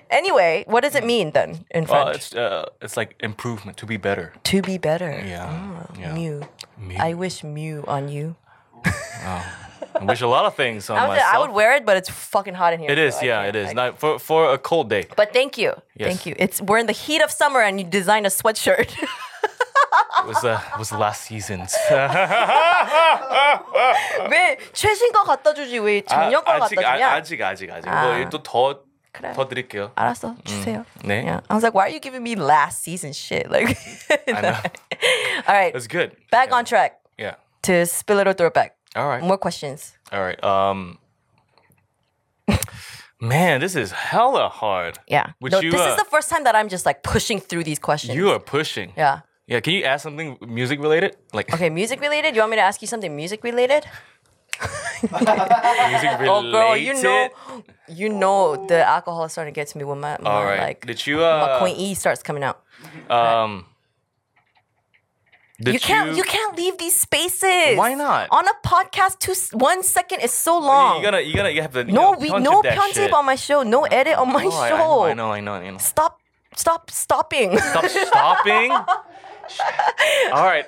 Anyway, what does it mean then in well, French? it's uh, it's like improvement to be better. to be better. Yeah. Mm, yeah. Mew. Mew. I wish Mew on you. I wish a lot of things on I would, myself. I would wear it, but it's fucking hot in here. it is, so I yeah, can't- it I is. Not for for a cold day. But thank you. Yes. Thank you. It's we're in the heat of summer and you designed a sweatshirt. Uh. It was uh, was last season's. 왜 최신 거 갖다 주지 왜 작년 거 갖다 아직 아, 주냐? 아직 아직 아직. 뭐또더 그래요. 더 드릴게요. 알았어. 주세요. 네. Yeah. I was like, why are you giving me last season shit? Like I know. All right. That's good. Back on track Yeah. to spill it or throw it back. All right. More questions. All right. Um. Man, this is hella hard. Yeah. Would no, you, this uh, is the first time that I'm just like pushing through these questions. You are pushing. yeah. Yeah. Can you add something music related? Like Okay, music related. You want me to ask you something music related? music related. Oh, bro, you know, you know, the alcohol is starting to get to me when my, my All right. like did you my uh Queen E starts coming out. um? Did you can't you, can't leave these spaces. Why not? On a podcast, two s- one second is so long. You gotta, you gotta, you have to. no, you we know, punch it no that pun shit. tape on my show. No edit on my Oh, I, I show. know, I know, I know, I know. Stop, stop, stopping. Stop stopping. All right.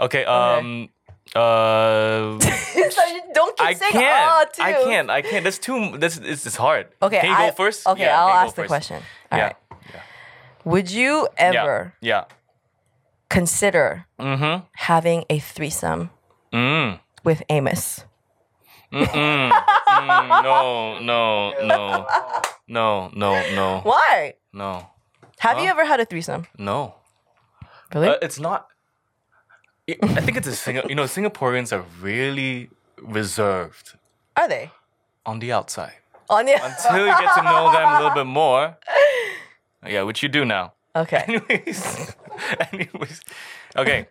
Okay. Um. Uh. so you don't keep I saying can't. "Ah," I too. can't. I can't. That's too. That's it's, it's hard. Okay, Can you I- go first? Okay, Yeah, I'll can you go ask the first? question. All Yeah. right. Would you ever Yeah. consider Mhm. having a threesome Mm. with Amos? Mm, No. No. No. No. No. No. Why? No. Have you ever had a threesome? No. Really? Uh, it's not. I I think it's a Singa- you know Singaporeans are really reserved Are they? on the outside. On the Until you get to know them a little bit more. Yeah, which you do now. okay. Anyways, anyways, okay.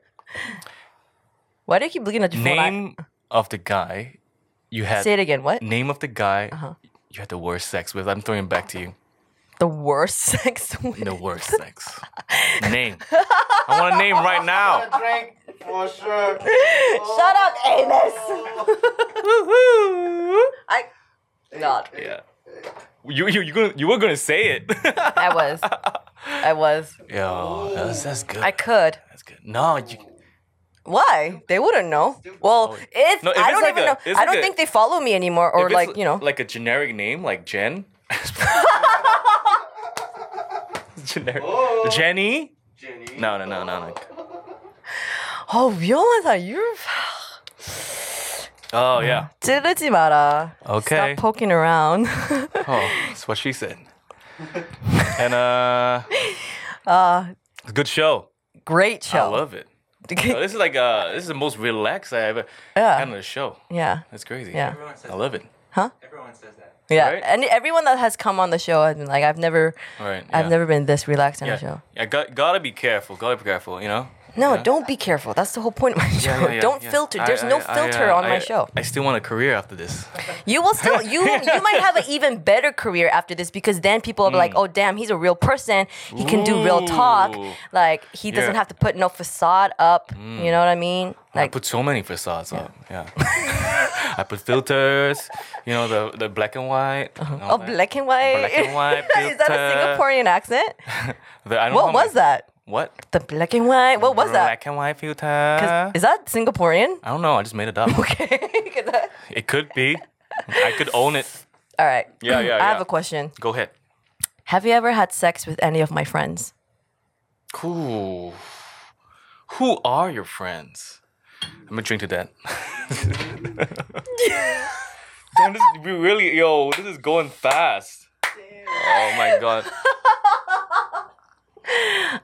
Why do you keep looking at your phone? Name of the guy you I- had. Say it again. Uh-huh. What? Name of the guy you had the worst sex with. I'm throwing it back to you. The worst sex. with- The worst sex. Name. I want a name right now. a drink for sure. Shut up, Amos. I. God. Yeah. You you you, gonna, you were gonna say it. I was. I was. Yo, that's that's good. I could. that's good. No, you, Why? They wouldn't know. Well, if, No, if I it's don't like even a- know. it's I like don't a- think they follow me anymore, or if it's like you know. like a generic name like Jen. generic. Oh. Jenny. Jenny. No, no, no, no, no. oh, Yonata, you Oh yeah. 찌르지 마라. Mm. Okay. Stop poking around. Oh, that's what she said. And uh, uh, it's a good show. great show. I love it. Oh, this is like uh, this is the most relaxed I ever Yeah. kind of show. yeah. That's crazy. Yeah. Everyone says I love it. that. Everyone says that. Yeah. Right? And everyone that has come on the show has been like, I've never, All right. I've never been this relaxed on Yeah. a show. Yeah, got, gotta be careful. Gotta be careful. You know. No, don't be careful. That's the whole point of my show. Yeah, yeah, yeah, don't yeah. filter. I- There's no I- I, filter uh, on my I- show. I still want a career after this. You will still you you might have an even better career after this because then people will be like, oh damn, he's a real person. He can do real talk. Mm. Ooh. Like he doesn't Yeah. have to put no facade up. You know what I mean? I Like put so many facades up. Yeah. I put filters. You know the the black and white. and all oh that. black and white. Black and white Is that a filter. Singaporean accent? The- I don't know how What my- was that? What? The black and white. What was that? Black and white filter. 'Cause- Is that Singaporean? I don't know. I just made it up. Okay. 'Cause that- it could be. I could own it. All right. Yeah, yeah, I have yeah. a question. Go ahead. Have you ever had sex with any of my friends? Cool. Who are your friends? I'm gonna drink to that. Damn, this is really yo. This is going fast. Oh my god.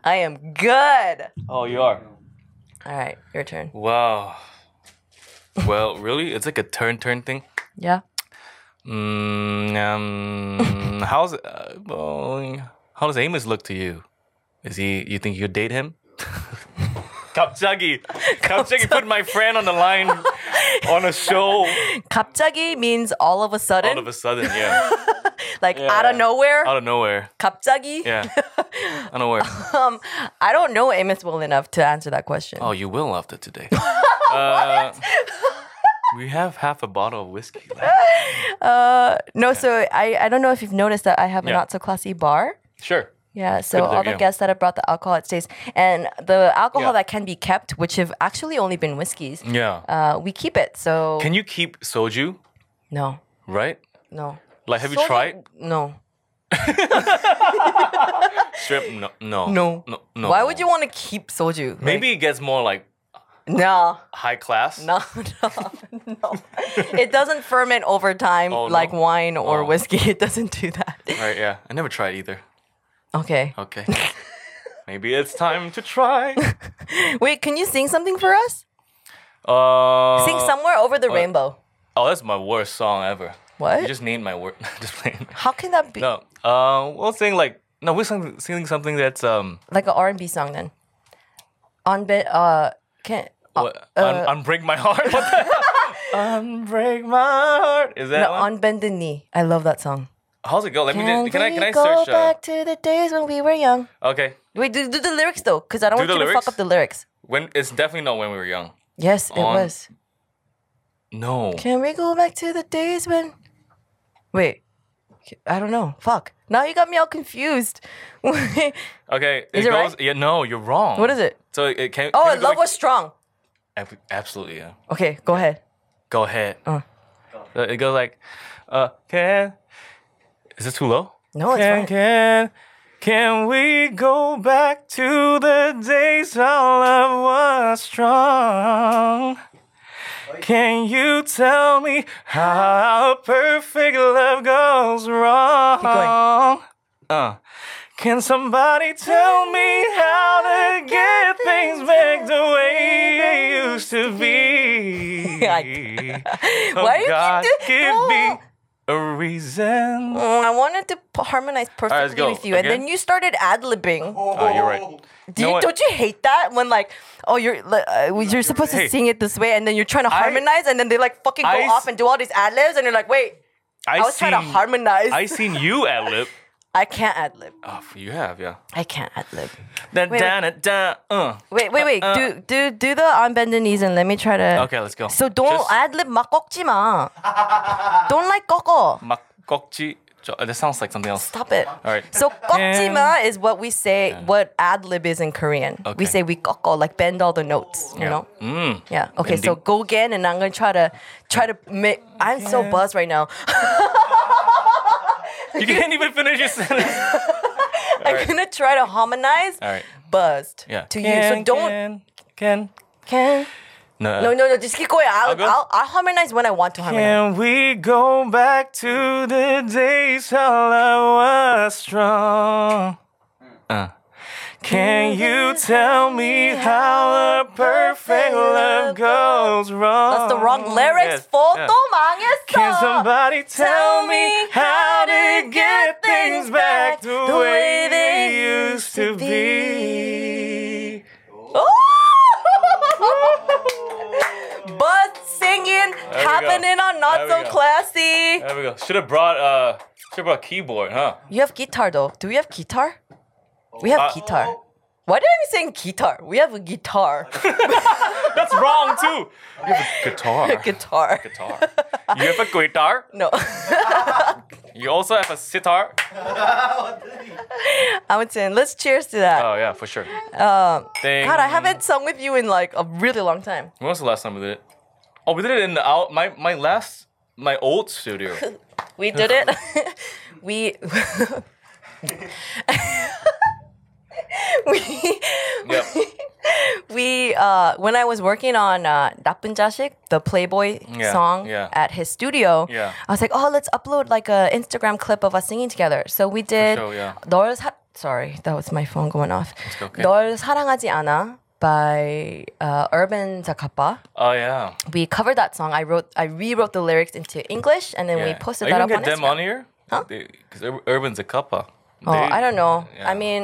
I am good. Oh, you are. All right, your turn. Wow. Well, really, it's like a turn turn thing. Yeah. Mm, um, how's uh, well, how does Amos look to you? Is he? You think you date him? Kapchagi, Kapchagi put my friend on the line on a show. 갑자기 means all of a sudden, All of a sudden, yeah, like out of yeah. nowhere. out of nowhere, 갑자기. yeah, out of nowhere. Um, I don't know Amos well enough to answer that question. Oh, you will after today. Uh, we have half a bottle of whiskey left. Uh, no, so I, I don't know if you've noticed that I have a Yeah. not so classy bar. Sure. Yeah, so Put it there, all the yeah. guests that have brought the alcohol, it stays. And the alcohol Yeah. that can be kept, which have actually only been whiskeys, Yeah. uh, we keep it. So Can you keep soju? no, Right? no. Like, have you Soju- tried No. strip? No, no, No. no. no. Why would you want to keep soju? Like, Maybe it gets more like no, high class. no, no, no. it doesn't ferment over time Oh, like no? wine or Oh. whiskey. It doesn't do that. Right? Yeah. I never tried either. Okay. Okay. Maybe it's time to try. Wait, can you sing something for us? Uh, Sing somewhere over the what? rainbow. Oh, that's my worst song ever. What? You just named my word. just playing. How can that be? No. Uh, we'll sing like no. We're sing, singing something that's um. Like an R and B song then. On bed. Uh, can. What, un- unbreak my heart. What the unbreak my heart. Is that No, one? on bended knee. I love that song. How's it go? Let me. Can, Can, can I? Can we I go search? Uh, back to the days when we were young? okay. Wait, do, do the lyrics though, because I don't Do want the you to fuck lyrics? up the lyrics. When it's definitely not when we were young. Yes, it On- was. No. Can we go back to the days when? Wait, I don't know. Fuck. Now you got me all confused. Oh, what Okay. Is it it right? goes. Yeah. No. You're wrong. is it? So it, it can. Oh, can we and go love back- was strong. Ab- Absolutely. Yeah. Okay, go ahead. Go ahead. Uh. Uh, It goes like, uh, can. Is this too low? No, Oh, it's can, fine. Can, can we go back to the days our love was strong? Can you tell me how perfect love goes wrong? Uh, can somebody tell me how to get things back the way they used to be? I- Oh, Why do you keep God, do- give Oh. me a reason. Mm, I wanted to p- harmonize perfectly let's go. with you, and Again? then you started ad libbing. Oh, you're right. Do know you, what? don't you hate that when like, oh, you're li- uh, you're supposed to Hey. sing it this way, and then you're trying to harmonize, and then they like fucking go I s- off and do all these ad libs, and you're like, wait, I, was trying to seen- harmonize. I I, seen you ad lib. can't ad lib. Oh, you have, yeah. I can't ad lib. Da, wait. da, da, da, uh. Wait, wait, wait. do do do the on bended knees, and let me try to. Okay, let's go. So don't Just ad lib 막 꺾지 마. Don't like 꺾어. 막 꺾지 저- uh, That sounds like something else. Stop it. All right. So Yeah. 꺾지마 is what we say, what ad lib is in Korean. We Okay. say we 꺾어, like bend all the notes, you know? Mm. Yeah. Okay, so Bending. go again and I'm gonna try to try to make I'm so buzzed right now. You can't even finish your sentence. I'm gonna try to harmonize All right. buzzed Yeah. to you. So don't Can. Can. can No. uh, no no no just keep going. I'll I'll I'll, go? I'll, harmonize when I want to Can harmonize. we go back to the days how I was strong? Uh. Can you tell me how a perfect love goes wrong? That's the wrong Oh. Yes, lyrics. for yeah. 또 망했어. Can somebody tell me how to get things back the way they used to be? But singing go. happening on not There we so go. classy. There we go. Should have brought uh, should have brought keyboard, huh? You have guitar though. Do we have guitar? We have Uh, guitar. Why did I be saying guitar? We have a guitar. That's wrong too. You have a guitar. guitar. guitar. You have a guitar. No. You also have a sitar. 아무튼 let's cheers to that. Oh yeah, for sure. Ding. God, I haven't sung with you in like a really long time. When was the last time we did it? Oh, we did it in the out my my last my old studio. We did it. we we Yep. we uh when I was working on uh 나쁜 자식, the Playboy Yeah, song yeah. at his studio, Yeah. I was like, "Oh, let's upload like a Instagram clip of us singing together." So we did sure, yeah. 널 사- sorry, that was my phone going off. okay. 널 사랑하지 않아 by uh, Urban Zakappa Oh yeah. we covered that song. I wrote, I rewrote the lyrics into English, and then we yeah. posted Are that you up gonna on get them Instagram. on here? Because Urban's a cuppa. oh, I don't know. yeah. Mm-hmm. I mean,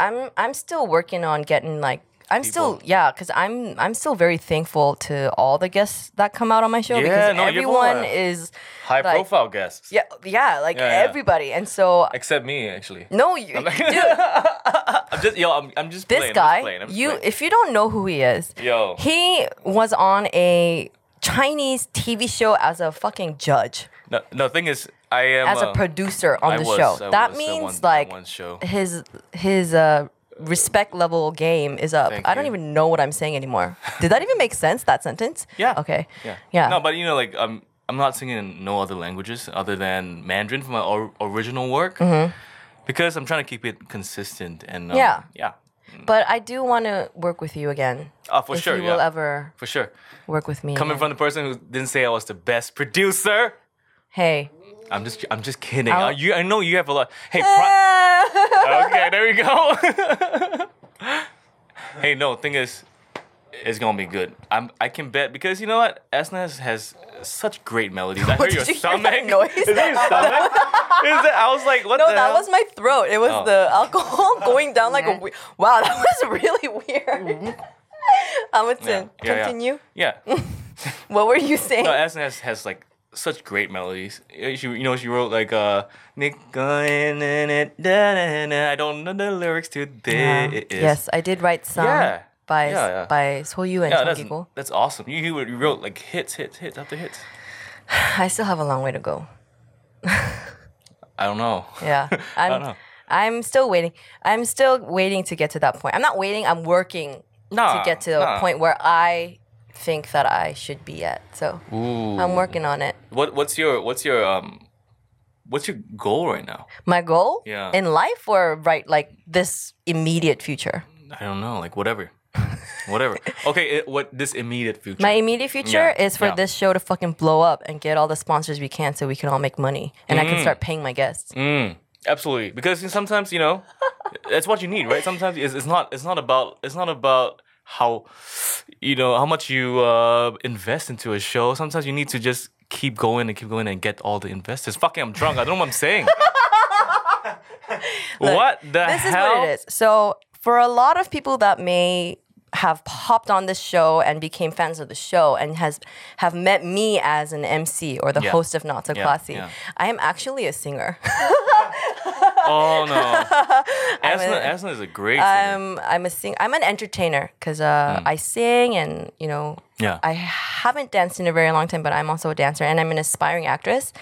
I'm I'm still working on getting like I'm still People. yeah, because I'm I'm still very thankful to all the guests that come out on my show Yeah, because no, you've all- everyone is High like- profile guests. yeah yeah like Yeah, yeah. everybody, and so Except me, actually. no you dude. I'm just yo. I'm, I'm just this playing. I'm guy, just playing, I'm just you playing. if you don't know who he is, Yo. he was on a Chinese TV show as a fucking judge. No, no. Thing is, I am as uh, a producer on I the was- show. I that was at means one- at like one show. his his uh, respect level game is up. Thank I don't you. even know what I'm saying anymore. Did that even make sense? That sentence? Yeah. Okay. Yeah. Yeah. No, but you know, like I'm I'm not singing in no other languages other than Mandarin for my or- original work because I'm trying to keep it consistent and um, Mm-hmm. Yeah. yeah, But I do want to work with you again. Oh, for if sure, You yeah. will ever for sure. work with me. Coming again. from the person who didn't say I was the best producer, Hey. I'm just I'm just kidding. I'll- Uh, you I know you have a lot. Hey, pri- okay, there we go. hey, no, thing is. It's gonna be good. I'm. I can bet because you know what, Esnes has such great melodies. I heard your Did you hear stomach. that noise? Is that your stomach? Is that, I was like, what No, the hell? that was my throat. It was Oh. the alcohol going down like a we- wow. That was really weird. Amundsen, Yeah, yeah. continue. Yeah. What were you saying? No, Asna has, has like such great melodies. Uh, She, you know, she wrote like uh, "Nickel in it, da, da, da." I don't know the lyrics to Yeah. this. Yes, I did write some Yeah. by Yeah, yeah. by Soyu and Yeah, Song that's, Gigo. that's awesome. You, you wrote- you wrote like hits, hits, hits after hits. I still have a long way to go. I don't know. Yeah, I'm. don't know. I'm still waiting. I'm still waiting to get to that point. I'm not waiting. I'm working to Nah, get to the nah. point where I think that I should be at. So Ooh. I'm working on it. What What's your What's your um What's your goal right now? My goal Yeah. in life, or right, like this immediate future. I don't know. Like whatever, whatever. Okay, it, what this immediate future? My immediate future Yeah, is for yeah. this show to fucking blow up and get all the sponsors we can, so we can all make money and I can start paying my guests. Mm, absolutely, because sometimes you know that's what you need, right? Sometimes it's, it's not it's not about it's not about how you know how much you uh, invest into a show. Sometimes you need to just keep going and keep going and get all the investors. Fucking, I'm drunk. I don't know what I'm saying. what the this hell? is what it is. So for a lot of people that may have hopped on this show and became fans of the show and has have met me as an MC or the Yeah. host of Not So Yeah, Classy, yeah. I am actually a singer. Oh no, Asna, Asna is a great singer. I'm I'm a sing I'm an entertainer because uh, Hmm. I sing and you know yeah, I haven't danced in a very long time, but I'm also a dancer and I'm an aspiring actress.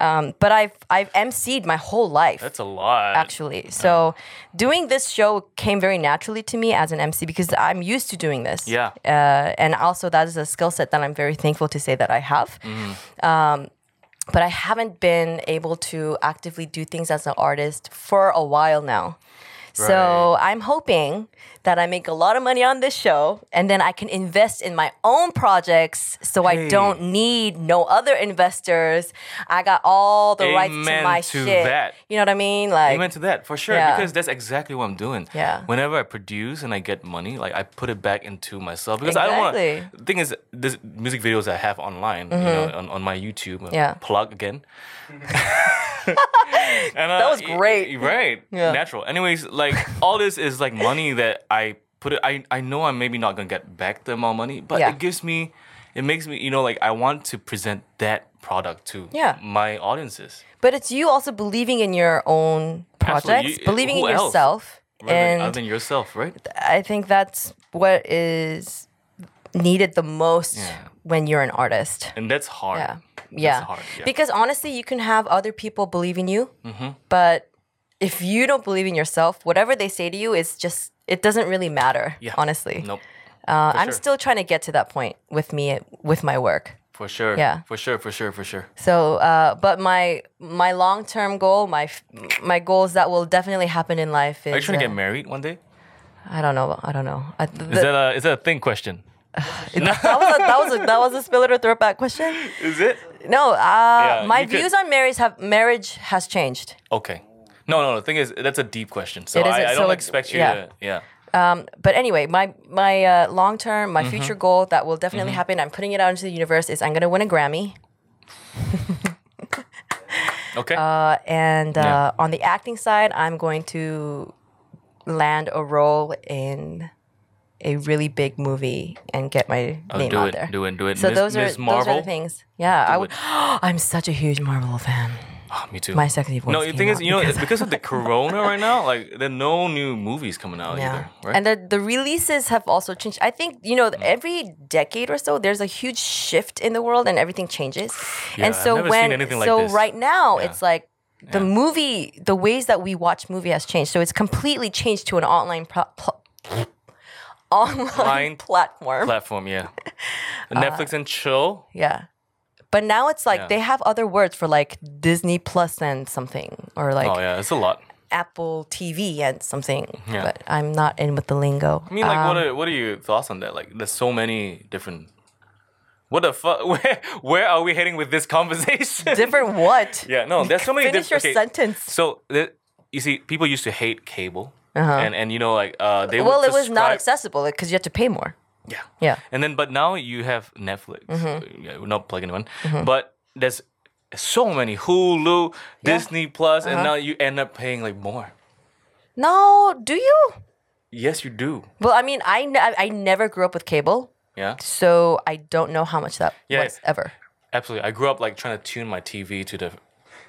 Um, but I've I've emceed my whole life that's a lot. actually. So doing this show came very naturally to me as an MC because I'm used to doing this. Yeah. Uh, and also that is a skill set that I'm very thankful to say that I have. Um, Mm-hmm. but I haven't been able to actively do things as an artist for a while now. So I'm hoping that I make a lot of money on this show and then I can invest in my own projects so I Hey. don't need no other investors. I got all the rights to Amen my to shit. that. You know what I mean? Like Amen to that for sure Yeah. because that's exactly what I'm doing. Yeah. Whenever I produce and I get money, like I put it back into myself because I don't Exactly. Mm-hmm. want. The thing is, this music videos I have online, you know, on, on my YouTube. uh, Yeah. Plug again. and, uh, That was y- great. y- right. Yeah. Natural. Anyways, like all this is like money that I put it. I I know I'm maybe not gonna get back the amount of money, but Yeah. it gives me. It makes me, you know, like I want to present that product to Yeah. my audiences. But it's you also believing in your own Absolutely. projects, You- believing in who else? yourself. Rather than- and other than yourself, right? I think that's what is needed the most when you're an artist. And that's hard. Yeah. That's Yeah. hard, yeah. Mm-hmm. Because honestly, you can have other people believe in you, but if you don't believe in yourself, whatever they say to you is just, it doesn't really matter, Yeah. honestly. Nope. Uh, I'm sure. still trying to get to that point with me, with my work. For sure. Yeah. For sure. For sure. For sure. So, uh, but my my long term goal, my f- my goals that will definitely happen in life is Are you trying to uh, get married one day? I don't know. I don't know. I, th- Is that a is that a thing question? that was a, that was a, that was a spill it or throwback question. Is it? No, uh, you my could- views on marriage have marriage has changed. Okay. No, no. The thing is, that's a deep question. So It is a- I, I don't so it- expect you yeah. to. Yeah. But anyway, my my uh, long term, Mm-hmm. my future goal that will definitely happen. I'm putting it out into the universe. Is I'm gonna win a Grammy. Okay. Uh, and uh, Yeah. on the acting side, I'm going to land a role in a really big movie and get my oh, name do out it, there. do it. Do it. So Miss, those are Miss those Marvel. are the things. Yeah, I would. it. I'm such a huge Marvel fan. Oh, me too. My sexy voice. no, the came thing is, out you know, because- it's because of the corona right now. Like, there are no new movies coming out either, right? Mm. And the, the releases have also changed. I think, you know, every decade or so, there's a huge shift in the world and everything changes. Yeah, and I've so never seen when, anything like so this. right now, Yeah. it's like the movie, the ways that we watch movie has changed. So it's completely changed to an online pro- pl- online Online platform. Platform, yeah. Netflix and chill. yeah. But now it's like Yeah. they have other words for like Disney Plus and something or like Oh yeah, it's a lot. Apple TV and something. Yeah. But I'm not in with the lingo. Uh, I mean, like, Um, what are what are your thoughts on that? Like, there's so many different. What the fuck? Where where are we heading with this conversation? different what? yeah, no, there's so many. Finish diff- your okay, sentence. So the, you see, people used to hate cable, and and you know, like, uh, they Uh-huh. Well, would it was not subscribe- accessible because you had to pay more. Yeah, Yeah. Mm-hmm. And then, but now you have Netflix. Yeah, we're not plugging anyone, but there's so many Hulu, Disney Plus, and Uh-huh. now you end up paying like more. No, do you? Yes, you do. Well, I mean, I, ne- I never grew up with cable, Yeah, so I don't know how much that Yeah. was ever. absolutely. I grew up like trying to tune my TV to the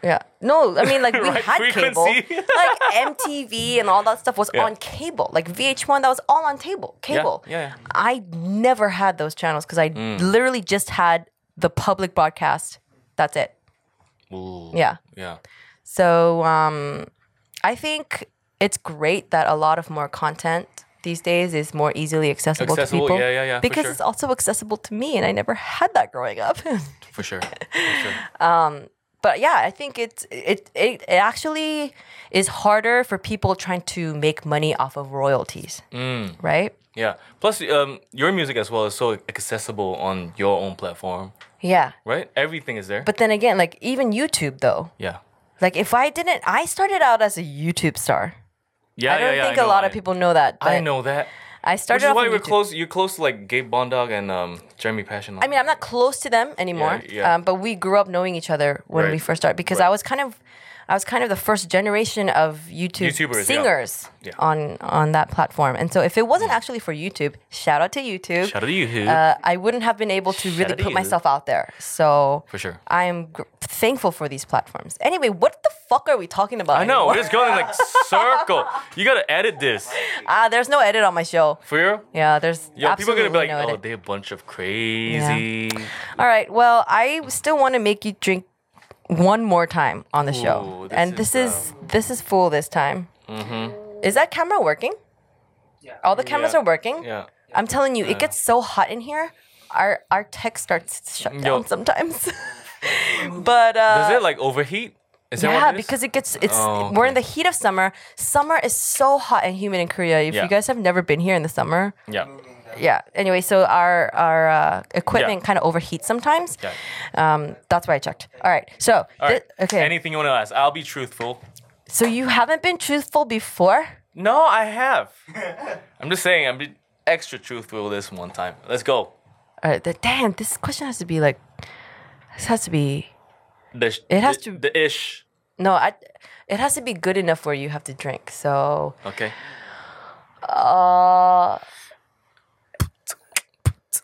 Yeah. No, I mean, like, we Right had cable. frequency. like, MTV and all that stuff was Yeah. on cable. Like, VH1, that was all on table, cable. yeah, Mm. yeah. I never had those channels because I literally just had the public broadcast. That's it. Ooh. Yeah. Yeah. So um, I think it's great that a lot of more content these days is more easily accessible, Accessible, to people. yeah, yeah, yeah, for Because sure. it's also accessible to me, and I never had that growing up. For sure. For sure. but yeah, I think it's it, it it actually is harder for people trying to make money off of royalties, Mm. right? Yeah. Plus, um, your music as well is so accessible on your own platform, Yeah. right? Everything is there. But then again, like even YouTube though, yeah. like if I didn't, I started out as a YouTube star. Yeah. I don't yeah, yeah, think a a lot of people know that. But I know that. I Which started is off why on we're YouTube. close. You're close to like Gabe Bondog and um, Jeremy Passion. I mean, I'm not close to them anymore, Yeah, yeah. Um, but we grew up knowing each other when we Right. first started because I Right. was kind of, I was kind of the first generation of YouTube YouTubers, yeah. singers Yeah. Mm. on on that platform. And so if it wasn't actually for YouTube, shout out to YouTube. Shout out to YouTube. Uh, I wouldn't have been able to Shout really out to put you. myself out there. So For sure. I am gr- thankful for these platforms. Anyway, what the fuck are we talking about? I know. anymore? We're just going in like circle. You gotta edit this Ah, there's no edit on my show. for real. Yeah, there's Yeah, people are absolutely gonna be like, no oh, edit. they a bunch of crazy. All right. Well, I still want to make you drink one more time on the show, Ooh, this is, um, Mm-hmm. and this is this is full this time. Is that camera working? Yeah. All the cameras Yeah. are working. Yeah. I'm telling you, it gets so hot in here. Our our tech starts to shut Yo. down sometimes. but uh, Does it like overheat? Is that yeah, what it is? because it gets it's Oh, we're in the okay. heat of summer. Summer is so hot and humid in Korea. If Yeah. you guys have never been here in the summer, yeah. yeah. Anyway, so our our uh, equipment Yeah. kind of overheats sometimes. Yeah. Um, that's why I checked. All right. So All right. thi- okay. Anything you want to ask? I'll be truthful. so you haven't been truthful before. No, I have. I'm just saying, I'm be- extra truthful this one time. Let's go. All right. The, damn, this question has to be like. This has to be The, sh- It has the, to- The ish. no. I. It has to be good enough where you have to drink. So. Okay. Uh,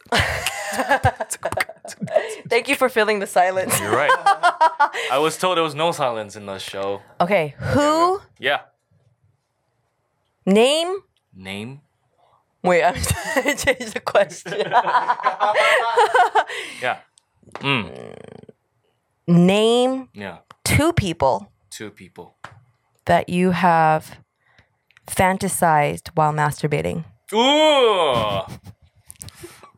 thank you for filling the silence. You're right. I was told there was no silence in the show. Okay. Who Yeah. name? Name? Wait, I'm trying to change the question. Yeah. Mm. name Yeah. two people Two people. that you have fantasized while masturbating. Ooh.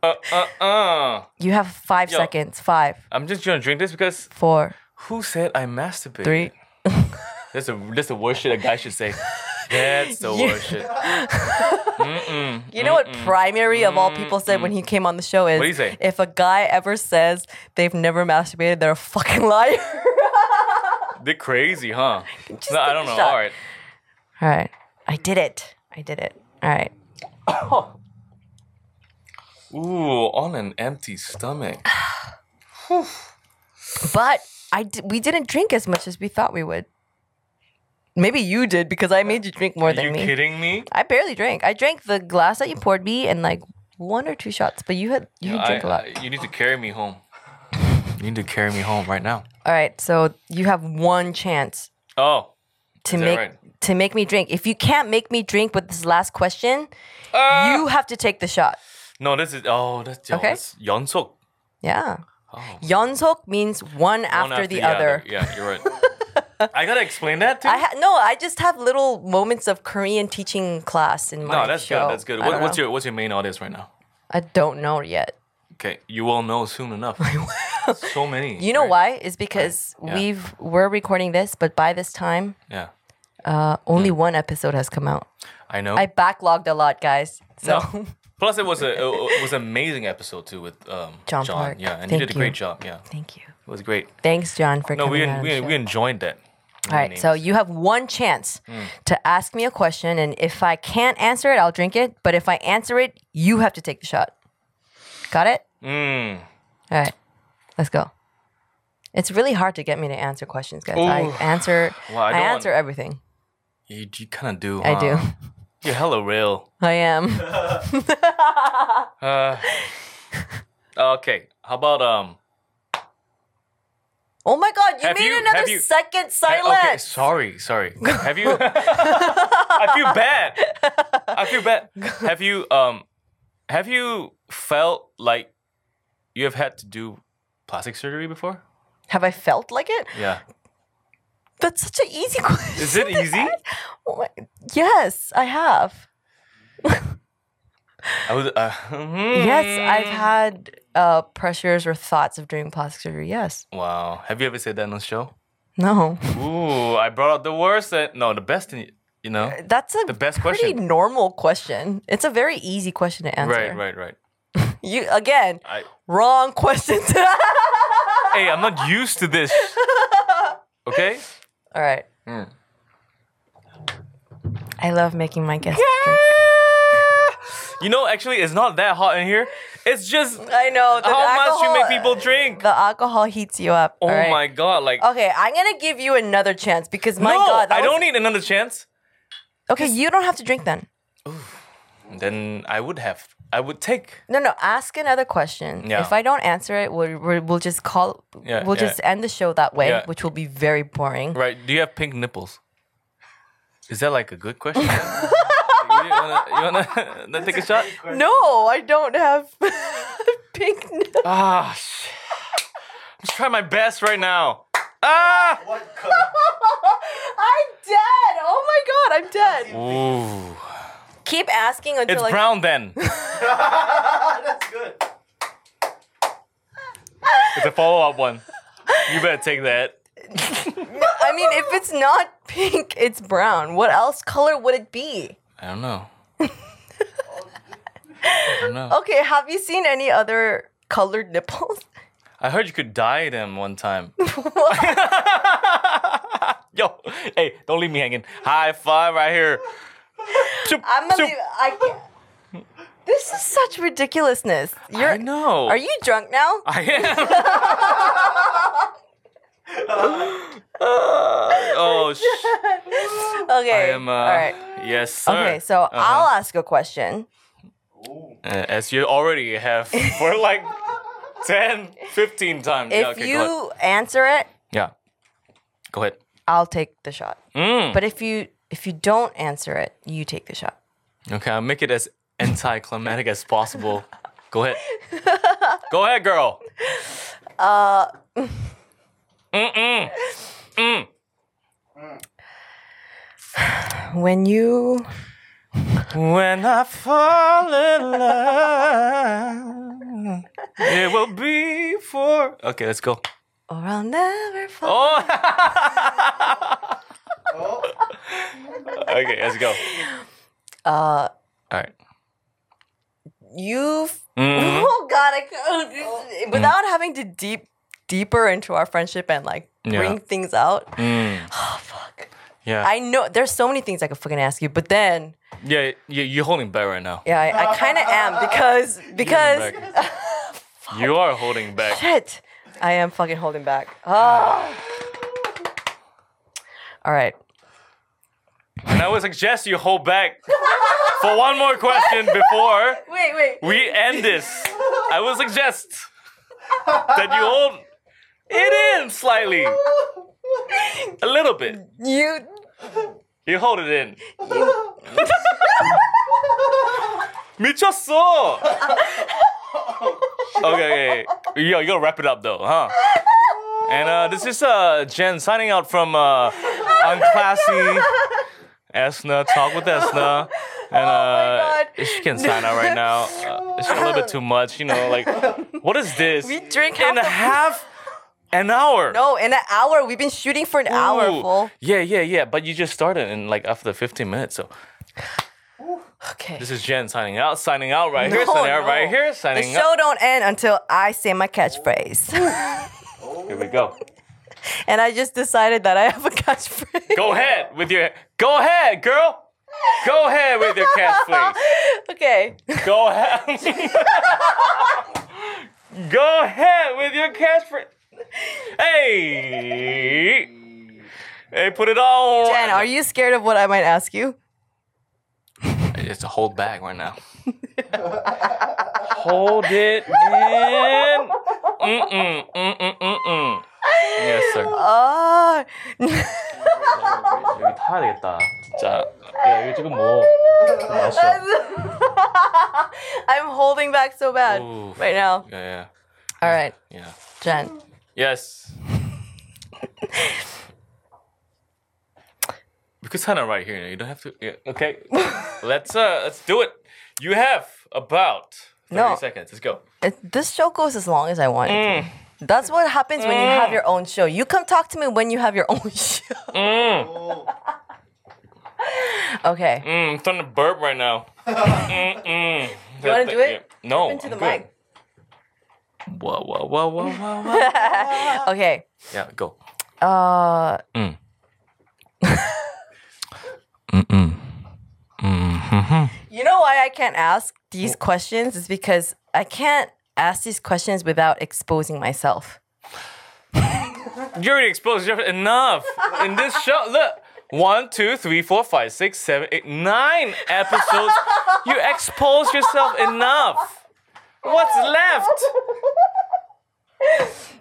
Uh uh uh. You have five Yo. seconds. Five, I'm just gonna drink this because four, who said I masturbate? three. That's the that's the worst shit a guy should say. That's the You- worst shit. You know what primary of all people said when he came on the show is What do you say? if a guy ever says they've never masturbated, they're a fucking liar. They're crazy, huh? Just No, I take don't a know. shot. All right. All right. I did it. I did it. All right. Ooh, on an empty stomach. But I d- we didn't drink as much as we thought we would. Maybe you did because I made you drink more Are than you me. kidding me? I barely drank. I drank the glass that you poured me and like one or two shots, but you had you I- drink a lot. I- you need to carry me home. You need to carry me home right now. All right, so you have one chance Oh. to Is that make right? to make me drink. If you can't make me drink with this last question, Ah! you have to take the shot. No, this is oh that's yo, Okay. that's Yeonsuk. Yeah. Oh. Yeonsok means one, One after, the, other. Yeah, you're right. I gotta explain that too. I ha- no, I just have little moments of Korean teaching class in my no, that's show. good. That's good. I What, don't what's know. your what's your main audience right now? I don't know yet. Okay, you will know soon enough. so many. You know right? why? It's because Yeah. we've we're recording this, but by this time, Yeah, uh, only Mm. one episode has come out. I know. I backlogged a lot, guys. So No. Plus, it was a it was an amazing episode too with um, John Park. Yeah, and Thank you did a you. great job. Yeah, it thank you. was great. Thanks, John, for No, coming we on en- the we, show. we enjoyed that. All right, so you have one chance to ask me a question, and if I can't answer it, I'll drink it. But if I answer it, you have to take the shot. Got it? Mm. All right, let's go. It's really hard to get me to answer questions, guys. I Ooh. answer, Well, I don't want- I, Uh-huh. answer everything. You, you kind of do. I do. huh? You're hella real. I am. Uh, okay, how about um? Oh my God! You Have made you- another have you- second Hey, silence. Okay, sorry, sorry. Have you? I feel bad. I feel bad. Have you um, have you felt like you have had to do plastic surgery before? Have I felt like it? Yeah. That's such an easy question. Is it to easy? ask. Oh my- Yes, I have. I was. Uh, hmm. Yes, I've had uh, pressures or thoughts of doing plastic surgery. Yes. Wow. Have you ever said that on the show? No. Ooh, I brought out the worst. And, no, the best. In, you know. That's a The best pretty question. normal question. It's a very easy question to answer. Right, right, right. You again, I. wrong question. To Hey, I'm not used to this. Okay. All right. Mm. I love making my guests. You know, actually, it's not that hot in here. It's just I know. The how much you alcohol- make people drink. The alcohol heats you up. oh all right? my god! Like Okay, I'm gonna give you another chance because my no, God, that I was- don't e- need another chance. Okay, you don't have to drink then. Then I would have. I would take. No, no. Ask another question. Yeah. If I don't answer it, we'll we'll, we'll just call. Yeah, we'll yeah. just end the show that way, Yeah. which will be very boring. Right? Do you have pink nipples? Is that like a good question? you wanna, you wanna- wanna take a shot? No, I don't have pink. nip- Ah, shit. I'm just trying my best right now. Ah! What color? I'm dead. Oh my god, I'm dead. Ooh. Keep asking until It's like brown then. That's good. It's a follow up one. You better take that. I mean, if it's not pink, it's brown. What else color would it be? I don't know. I don't know. Okay, have you seen any other colored nipples? I heard you could dye them one time. Yo, hey, don't leave me hanging. High five right here. Chup, I'm gonna chup. leave, I can't. This is such ridiculousness. You're I know. Are you drunk now? I am. oh, sh- I Okay. am. Uh, Uh-huh. All right. Yes, sir. Okay, so I'll ask a question. Uh, as you already have for like 10, 15 times. If yeah, okay, go ahead. you answer it, Yeah. Go ahead. I'll take the shot. Mm. But if you if you don't answer it, you take the shot. Okay, I'll make it as anticlimactic as possible. Go ahead. Go ahead, girl. When you When I fall in love, it will be for. Okay, let's go. or I'll never fall. Oh. okay, let's go. Uh. All right. Oh. You've Mhm. oh god, I, c- Mm-hmm. without having to deep deeper into our friendship and like Yeah. Mm. bring things out. Oh, Yeah. I know there's so many things I could fucking ask you, but then yeah. Yeah. You're holding back right now. yeah, I, I kind of am because because Holding back. you are holding back. shit, I am fucking holding back. Ah. All right. And I would suggest you hold back for one more question before Wait, wait. we end this. I would suggest that you hold it in slightly, a little bit. You You hold it in. 미쳤어. okay, okay, okay. Yo, you gotta wrap it up though, huh? And uh, this is uh, Jen signing out from uh, Unclassy Esna Talk with Esna. And uh, Oh God. she can sign out right now. Uh, it's a little bit too much, you know. Like, what is this? we drink half in the- half an hour. no in an hour. We've been shooting for an hour Ooh. full. Yeah, yeah, yeah. But you just started in like after 15 minutes. So Okay. this is Jen signing out, signing out right here, No, signing out no. right here, the signing show out. don't end until I say my catchphrase. Here we go. and I just decided that I have a catchphrase. Go ahead with your. Go ahead, girl. Go ahead with your catchphrase. Okay. Go ahead. go ahead with your catchphrase. Hey. Hey, put it on. Jen, are you scared of what I might ask you? It's a hold back right now. hold it in. Mm-mm, mm-mm, mm-mm. Yes, sir. Oh, 여기 타야 되겠다. 진짜. 야, 이거 지금 뭐. 맛있어. I'm holding back so bad Oof. right now. Yeah, yeah, All right, yeah. Jen. Yes. because Hannah right here, you don't have to. Yeah, okay. let's uh, let's do it. You have about 30 No. seconds. Let's go. It- this show goes as long as I want. Mm, it to. That's what happens when you have your own show. You come talk to me when you have your own show. Okay. Mm, I'm starting to burp right now. Mm-mm. You wanna do it? No. Into the I'm good. mic. Whoa, whoa, whoa, whoa, whoa, whoa. Okay. yeah, go. Uh, Mm-mm. you You know why I can't ask these questions is because I can't ask these questions without exposing myself. You already exposed yourself enough in this show. Look, one, two, three, four, five, six, seven, eight, nine episodes. You exposed yourself enough. What's left?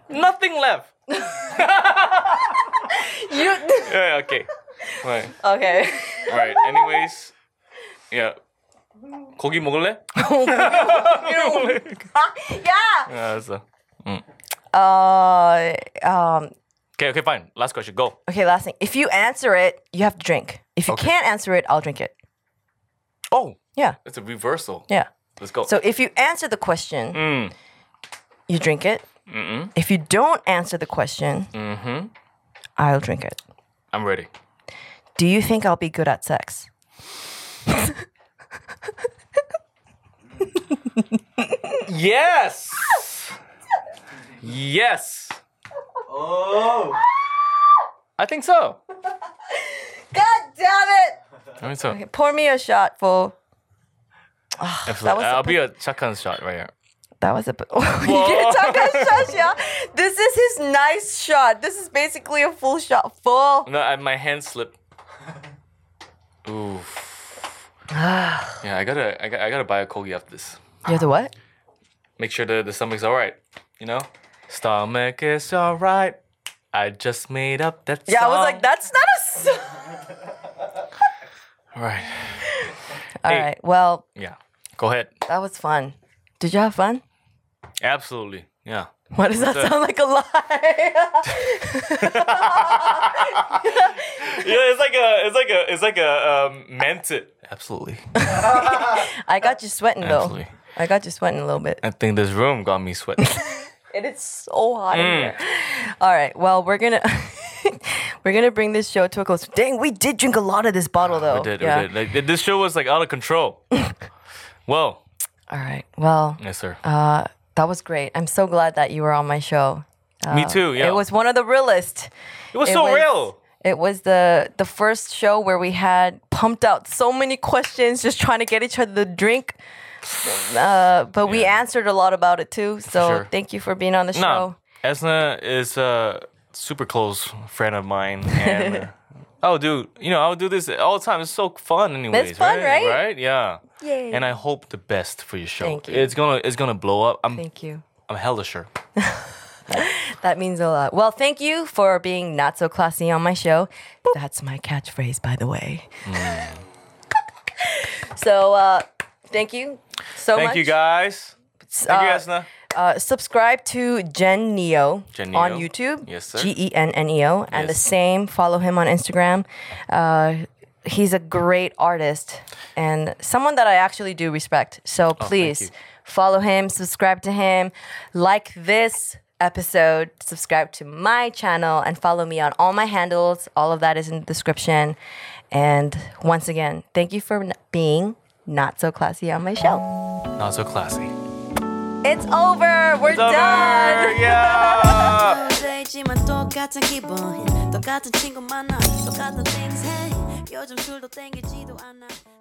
Nothing left. You Yeah, okay. Right. okay? Right. Anyways. Yeah. 고기 먹을래? yeah. 야, 알았어. Uh, um. Okay, okay, fine. Last question. Go. Okay. Last thing. If you answer it, you have to drink. If you Okay. can't answer it, I'll drink it. Oh, Yeah. it's a reversal. Yeah. Let's go. So if you answer the question, Mm. you drink it. If you don't answer the question, Mm-hmm. I'll drink it. I'm ready. Do you think I'll be good at sex? Yes. yes. Oh. I think so. God damn it! I think so. Pour me a shot for. that was I'll be a shotgun shot right here. That was a. bit- you get Taka shot, yeah. This is his nice shot. This is basically a full shot. Full. No, I, my hand slipped. Oof. yeah, I gotta, I gotta, I gotta buy a kogi after this. You have to what? Make sure the the stomach's all right. You know, stomach is all right. I just made up that Yeah, I song. was like, that's not a. s- All right. All Hey. right. Well, Yeah. Go ahead. that was fun. Did you have fun? Absolutely. Yeah. Why does that sound like a lie? Yeah, it's like a, it's like a, it's like a um, meant it. Absolutely. I got you sweating though. Absolutely. I got you sweating a little bit. I think this room got me sweating. It is so hot Mm. in here. All right. Well, we're gonna we're gonna bring this show to a close. Dang, we did drink a lot of this bottle though. we did. Yeah. We did. Like, th- this show was like out of control. well, All right. Well, yes, sir. Uh, that was great. I'm so glad that you were on my show. me too. Yeah. It was one of the realest. It was it so was- real. It was the the first show where we had pumped out so many questions, just trying to get each other to drink. Uh, but we answered a lot about it too. So Sure. thank you for being on the No, show. Esna is a super close friend of mine, and uh, oh, dude, you know I would do this all the time. It's so fun, anyways. fun, right? Right? Yeah. Yay. And I hope the best for your show. Thank you. It's gonna, it's gonna blow up. I'm, Thank you. I'm hella sure. That means a lot. Well, thank you for being not so classy on my show. That's my catchphrase, by the way. Mm. so, uh, thank you so Thank much. you guys. Thank you, Uh, Esna. Uh, subscribe to Gen Neo, Gen on Neo. YouTube. Yes, sir. G E N N E O, and the Yes. same. Follow him on Instagram. Uh, he's a great artist and someone that I actually do respect. So please Oh, you. follow him, subscribe to him, like this episode, subscribe to my channel, and follow me on all my handles. All of that is in the description. And once again, thank you for n- being not so classy on my show. Not so classy. It's over. We're Summer, done. Yeah. 어제이지만 똑같은 기분 똑같은 친구 만나 똑같은 things 해 요즘 술도 땡기지도 않아